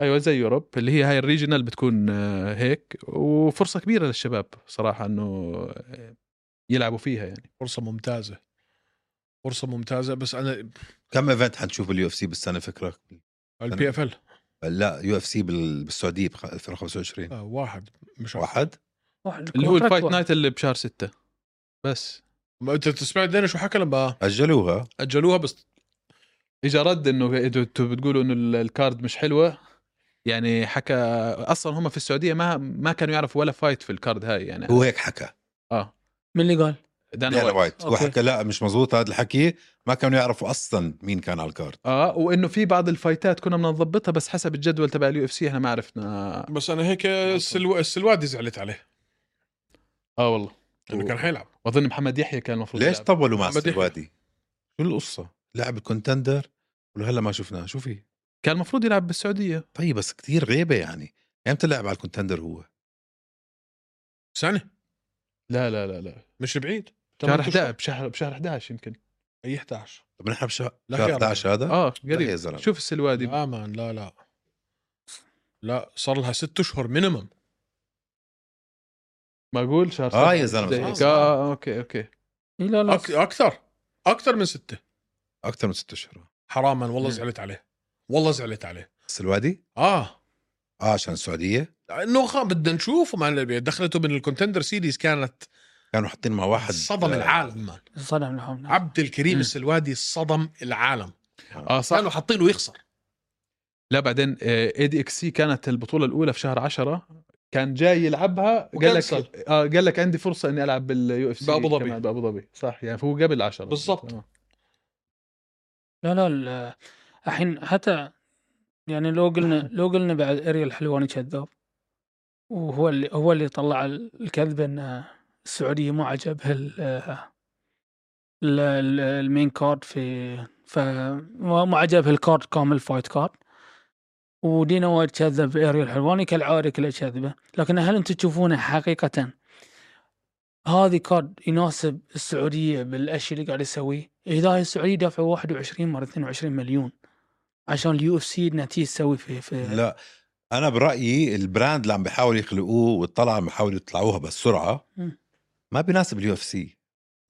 [SPEAKER 1] ايوه زي يوروب اللي هي هاي الريجنال بتكون آه، هيك وفرصه كبيره للشباب صراحه انه آه، يلعبوا فيها يعني
[SPEAKER 3] فرصة ممتازة فرصة ممتازة بس أنا
[SPEAKER 4] كم ايفنت حنشوف اليو اف سي بالسنه فكرك
[SPEAKER 3] البي اف ال
[SPEAKER 4] لا يو اف سي بالسعوديه ب 2025
[SPEAKER 3] آه، واحد مش عارف.
[SPEAKER 4] واحد
[SPEAKER 2] واحد
[SPEAKER 1] اللي هو
[SPEAKER 2] الكونتراكت
[SPEAKER 1] الفايت
[SPEAKER 2] واحد.
[SPEAKER 1] نايت اللي بشهر ستة بس
[SPEAKER 3] ما أنت سمعت دينا شو حكى لما
[SPEAKER 4] اجلوها
[SPEAKER 3] أجلوها بس
[SPEAKER 1] اجى رد انه انتوا إنتوا بتقولوا انه ال- الكارد مش حلوه يعني حكى اصلا هم في السعوديه ما ما كانوا يعرفوا ولا فايت في الكارد هاي يعني
[SPEAKER 4] هو هيك حكى
[SPEAKER 1] اه
[SPEAKER 2] من اللي قال؟
[SPEAKER 1] دانا
[SPEAKER 4] دانا
[SPEAKER 1] وايت
[SPEAKER 4] وايت هو
[SPEAKER 2] أوكي.
[SPEAKER 4] حكى لا مش مزبوط هذا الحكي ما كانوا يعرفوا اصلا مين كان على الكارد
[SPEAKER 1] اه وانه في بعض الفايتات كنا بدنا نضبطها بس حسب الجدول تبع اليو اف سي احنا ما عرفنا آه،
[SPEAKER 3] بس أنا هيك السلو... السلوادي زعلت عليه
[SPEAKER 1] اه والله
[SPEAKER 3] لأنه كان حيلعب
[SPEAKER 1] واظن محمد يحيى كان المفروض
[SPEAKER 4] ليش
[SPEAKER 1] يلعب.
[SPEAKER 4] طولوا مع
[SPEAKER 3] عم بدي
[SPEAKER 4] السلوادي شو القصه لاعب الكونتندر ولهلا ما شفناه شو في
[SPEAKER 1] كان المفروض يلعب بالسعوديه
[SPEAKER 4] طيب بس كثير غيبه يعني امتى لعب على الكونتندر هو
[SPEAKER 3] سنة
[SPEAKER 1] لا لا لا لا
[SPEAKER 3] مش بعيد
[SPEAKER 1] شهر 11 بشهر بشهر 11 يمكن
[SPEAKER 3] أي 11
[SPEAKER 4] طب نحن بشهر
[SPEAKER 3] لا
[SPEAKER 4] شهر
[SPEAKER 3] يا
[SPEAKER 4] 11 هذا
[SPEAKER 1] اه
[SPEAKER 4] لا يا
[SPEAKER 1] قريب
[SPEAKER 4] زلمة. آه.
[SPEAKER 1] شوف السلوادي
[SPEAKER 3] لا مان لا لا لا صار لها ست أشهر مينيمم
[SPEAKER 1] معقول شهر
[SPEAKER 4] آه
[SPEAKER 1] سبعة
[SPEAKER 4] يا زلمة،
[SPEAKER 1] زي هيك.
[SPEAKER 4] خلاص.
[SPEAKER 1] اه اوكي اوكي
[SPEAKER 2] إي لا لا
[SPEAKER 3] أك... أكثر أكثر من ستة
[SPEAKER 4] اكثر من ست اشهر
[SPEAKER 3] حراما والله
[SPEAKER 1] مم.
[SPEAKER 3] زعلت عليه والله زعلت عليه
[SPEAKER 4] السلوادي
[SPEAKER 3] آه
[SPEAKER 4] اه عشان السعوديه
[SPEAKER 3] انه خ- بدنا نشوفه مان دخلته من الكونتندر سيريز كانت
[SPEAKER 4] كانوا حاطين مع واحد
[SPEAKER 3] صدم
[SPEAKER 4] آه،
[SPEAKER 3] العالم مان
[SPEAKER 2] صنع لهم
[SPEAKER 3] عبد الكريم
[SPEAKER 1] مم.
[SPEAKER 3] السلوادي صدم العالم
[SPEAKER 4] آه.
[SPEAKER 1] اه صح
[SPEAKER 3] كانوا حاطينه يخسر
[SPEAKER 1] لا بعدين آه، اي دي اكس سي كانت البطوله الاولى في شهر 10 كان جاي يلعبها قال لك
[SPEAKER 3] وكنسل.
[SPEAKER 1] آه قال لك عندي فرصه اني العب باليو اف سي
[SPEAKER 3] بأبو ظبي.
[SPEAKER 1] بابو ظبي صح يعني هو قبل 10
[SPEAKER 3] بالضبط.
[SPEAKER 1] تمام.
[SPEAKER 2] لا لا ال- الحين حتى يعني لو قلنا لو قلنا بعد اريل حلواني كذاب وهو اللي هو اللي طلع ال- الكذب ان السعوديه ما عجبها ال- ال- ال- المين كارد في ف ما ما عجبها الكارد كامل فايت كارد ودينا وايد كذب اريل حلواني كالعاده كله كذبه لكن هل انتم تشوفونه حقيقه هذه كارد يناسب السعوديه بالاشي اللي قاعد يسويه اذا هي السعوديه دافعوا 21 مره 22 مليون عشان اليو اف سي انها تيجي تسوي في في
[SPEAKER 4] لا انا برايي البراند اللي عم بيحاولوا يخلقوه والطلعه عم بيحاولوا يطلعوها بالسرعه
[SPEAKER 2] مم.
[SPEAKER 4] ما بيناسب اليو اف سي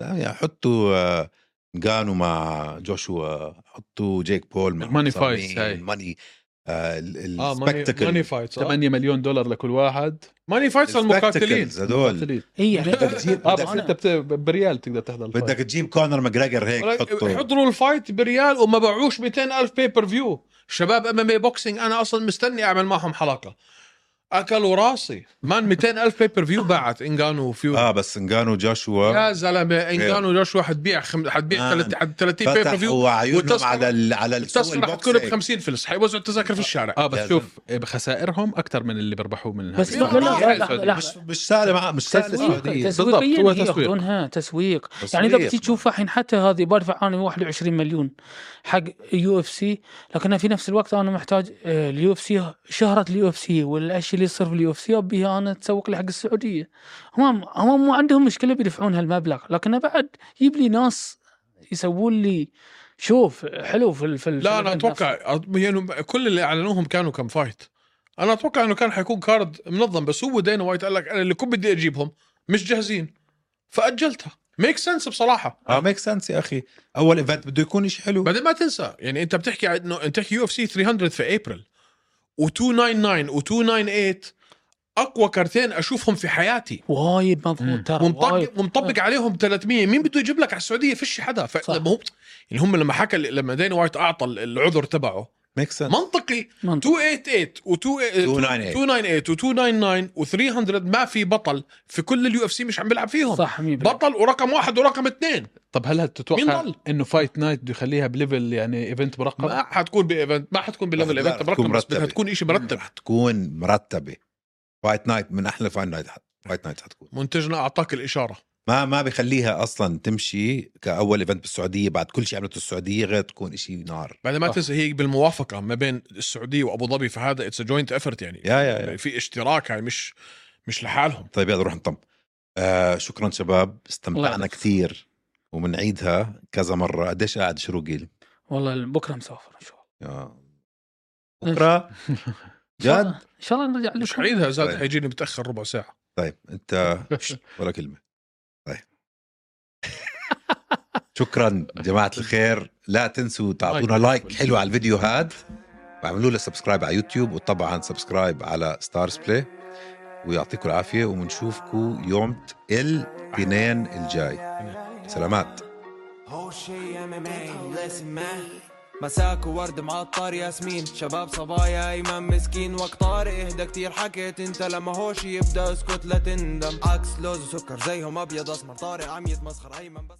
[SPEAKER 4] يعني حطوا آه، جانو مع جوشوا حطوا جيك بول مع
[SPEAKER 1] الماني فايتس هاي.
[SPEAKER 4] ماني آه
[SPEAKER 3] اه ماني
[SPEAKER 4] السبكتكل
[SPEAKER 3] فايتس
[SPEAKER 1] 8 مليون دولار لكل واحد
[SPEAKER 3] ماني فايتس المقاتلين
[SPEAKER 4] هذول
[SPEAKER 1] مقاتلين.
[SPEAKER 2] اي يعني
[SPEAKER 4] بدك تجيب-
[SPEAKER 1] اه
[SPEAKER 4] بدك-
[SPEAKER 1] بس انت
[SPEAKER 2] أنا-
[SPEAKER 1] بت- بريال تقدر تحضر الفايت.
[SPEAKER 4] بدك تجيب كونر ماجريجر هيك تحطه
[SPEAKER 3] حضروا الفايت بريال وما باعوش 200 ألف بي بير فيو شباب ام ام اي بوكسينج انا اصلا مستني اعمل معهم حلقه اكلوا راسي مان 200 ألف بي بير فيو باعت انجانو وفيوري
[SPEAKER 4] اه بس انجانو جوشوا
[SPEAKER 3] يا زلمه انجانو جوشوا حتبيع خم... حتبيع
[SPEAKER 4] آه.
[SPEAKER 3] 30 حت- 30 بي بير فيو
[SPEAKER 4] فتحوا عيونهم
[SPEAKER 3] والتذكرة-
[SPEAKER 4] على ال... على السوق
[SPEAKER 3] التذكره
[SPEAKER 4] البوكس
[SPEAKER 3] حتكون ب
[SPEAKER 4] هيك.
[SPEAKER 3] 50 فلس حيوزعوا التذاكر في الشارع
[SPEAKER 1] اه بس
[SPEAKER 4] لازم.
[SPEAKER 1] شوف خسائرهم اكثر من اللي بربحوه من
[SPEAKER 2] بس
[SPEAKER 1] هذه.
[SPEAKER 2] لا لا لا
[SPEAKER 3] يعني
[SPEAKER 2] لحظه
[SPEAKER 1] بالضبط.
[SPEAKER 4] مش
[SPEAKER 2] لحظه
[SPEAKER 4] مش سهله مع مش سهله
[SPEAKER 2] تسويق
[SPEAKER 4] السعوديه
[SPEAKER 1] بالضبط،
[SPEAKER 2] تسويقيا
[SPEAKER 1] هو
[SPEAKER 2] هي
[SPEAKER 1] تسويق.
[SPEAKER 2] ياخذونها تسويق يعني اذا بتيجي
[SPEAKER 4] تصوير.
[SPEAKER 2] تشوفها الحين حتى هذه بدفع انا 21 مليون حق يو اف سي لكن في نفس الوقت انا محتاج آه، اليو اف سي شهره اليو اف سي والاشياء اللي يصير في اليو اف سي ابيها انا تسوق لي حق السعوديه هم هم ما عندهم مشكله بيدفعون هالمبلغ لكن بعد يجيب لي ناس يسوون لي شوف حلو في ال- في ال-
[SPEAKER 3] لا انا
[SPEAKER 2] في النفس.
[SPEAKER 3] اتوقع أط- يعني كل اللي اعلنوهم كانوا كم فايت انا اتوقع انه كان حيكون كارد منظم بس هو دينا وايت قال لك انا اللي كنت بدي اجيبهم مش جاهزين فاجلتها ميك سنس بصراحه
[SPEAKER 4] اه ميك سنس يا اخي اول ايفنت بده يكون شيء حلو
[SPEAKER 3] بعدين ما تنسى يعني انت بتحكي عن انه انت تحكي يو اف سي 300 في ابريل و299 و298 اقوى كارتين اشوفهم في حياتي
[SPEAKER 2] وايد مضغوط
[SPEAKER 1] مم.
[SPEAKER 2] ترى آه، وايد.
[SPEAKER 3] ومطبق ومطبق عليهم 300 مين بده يجيب لك على السعوديه فيش حدا
[SPEAKER 2] صح.
[SPEAKER 3] فلما هو يعني هم لما حكى لما دينا وايت اعطى العذر تبعه
[SPEAKER 4] ميك سنس
[SPEAKER 3] منطقي
[SPEAKER 2] آه. منطق.
[SPEAKER 3] 288 و
[SPEAKER 4] 298.
[SPEAKER 3] 298 و 299 و 300 ما في بطل في كل اليو اف سي مش عم بيلعب فيهم
[SPEAKER 2] صح 100%
[SPEAKER 3] بطل ورقم واحد ورقم اثنين
[SPEAKER 1] طب هل
[SPEAKER 3] مين
[SPEAKER 1] تتوقع
[SPEAKER 3] ضل؟
[SPEAKER 1] انه فايت نايت بده يخليها بليفل يعني ايفنت مرقم؟
[SPEAKER 3] ما حتكون بايفنت ما حتكون بليفل
[SPEAKER 4] لا،
[SPEAKER 3] ايفنت
[SPEAKER 4] تكون
[SPEAKER 3] مرتب بس
[SPEAKER 4] مرتبة.
[SPEAKER 3] بدها تكون شيء مرتب
[SPEAKER 4] تكون مرتبه فايت نايت من احلى فايت نايت فايت نايت حتكون
[SPEAKER 3] منتجنا اعطاك الاشاره
[SPEAKER 4] ما ما بخليها اصلا تمشي كاول ايفنت بالسعوديه بعد كل شيء عملته السعوديه غير تكون شيء نار
[SPEAKER 3] بعد ما
[SPEAKER 1] صح.
[SPEAKER 3] تنسى هي بالموافقه ما بين السعوديه وابو ظبي فهذا اتس جوينت افورت يعني
[SPEAKER 4] يا يا يا
[SPEAKER 3] في اشتراك يعني مش مش لحالهم
[SPEAKER 4] طيب يلا نروح نطم آه شكرا شباب
[SPEAKER 2] الله
[SPEAKER 4] استمتعنا
[SPEAKER 2] يعطيك.
[SPEAKER 4] كثير وبنعيدها كذا مره قديش قاعد شروقي
[SPEAKER 2] والله بكره مسافر ان شاء الله
[SPEAKER 4] يا بكره
[SPEAKER 2] إن شاء
[SPEAKER 4] جد
[SPEAKER 2] الله- ان شاء الله نرجع
[SPEAKER 3] مش
[SPEAKER 2] لكم
[SPEAKER 3] حعيدها زاد
[SPEAKER 4] طيب.
[SPEAKER 3] حيجيني متاخر ربع ساعه
[SPEAKER 4] طيب انت ولا كلمه طيب شكرا جماعه الخير لا تنسوا تعطونا لايك حلو على الفيديو هاد واعملوا له سبسكرايب على يوتيوب وطبعا سبسكرايب على ستارز بلاي ويعطيكم العافيه وبنشوفكم يوم الاثنين الجاي سلامات
[SPEAKER 5] هو شي ام ام لسن مان مساك وورد معطر ياسمين شباب صبايا ايمن مسكين وقت طارق اهدى كتير حكيت انت لما هوش يبدا اسكت لا تندم عكس لوز وسكر زيهم ابيض اسمر طارق عم يتمسخر ايمن بس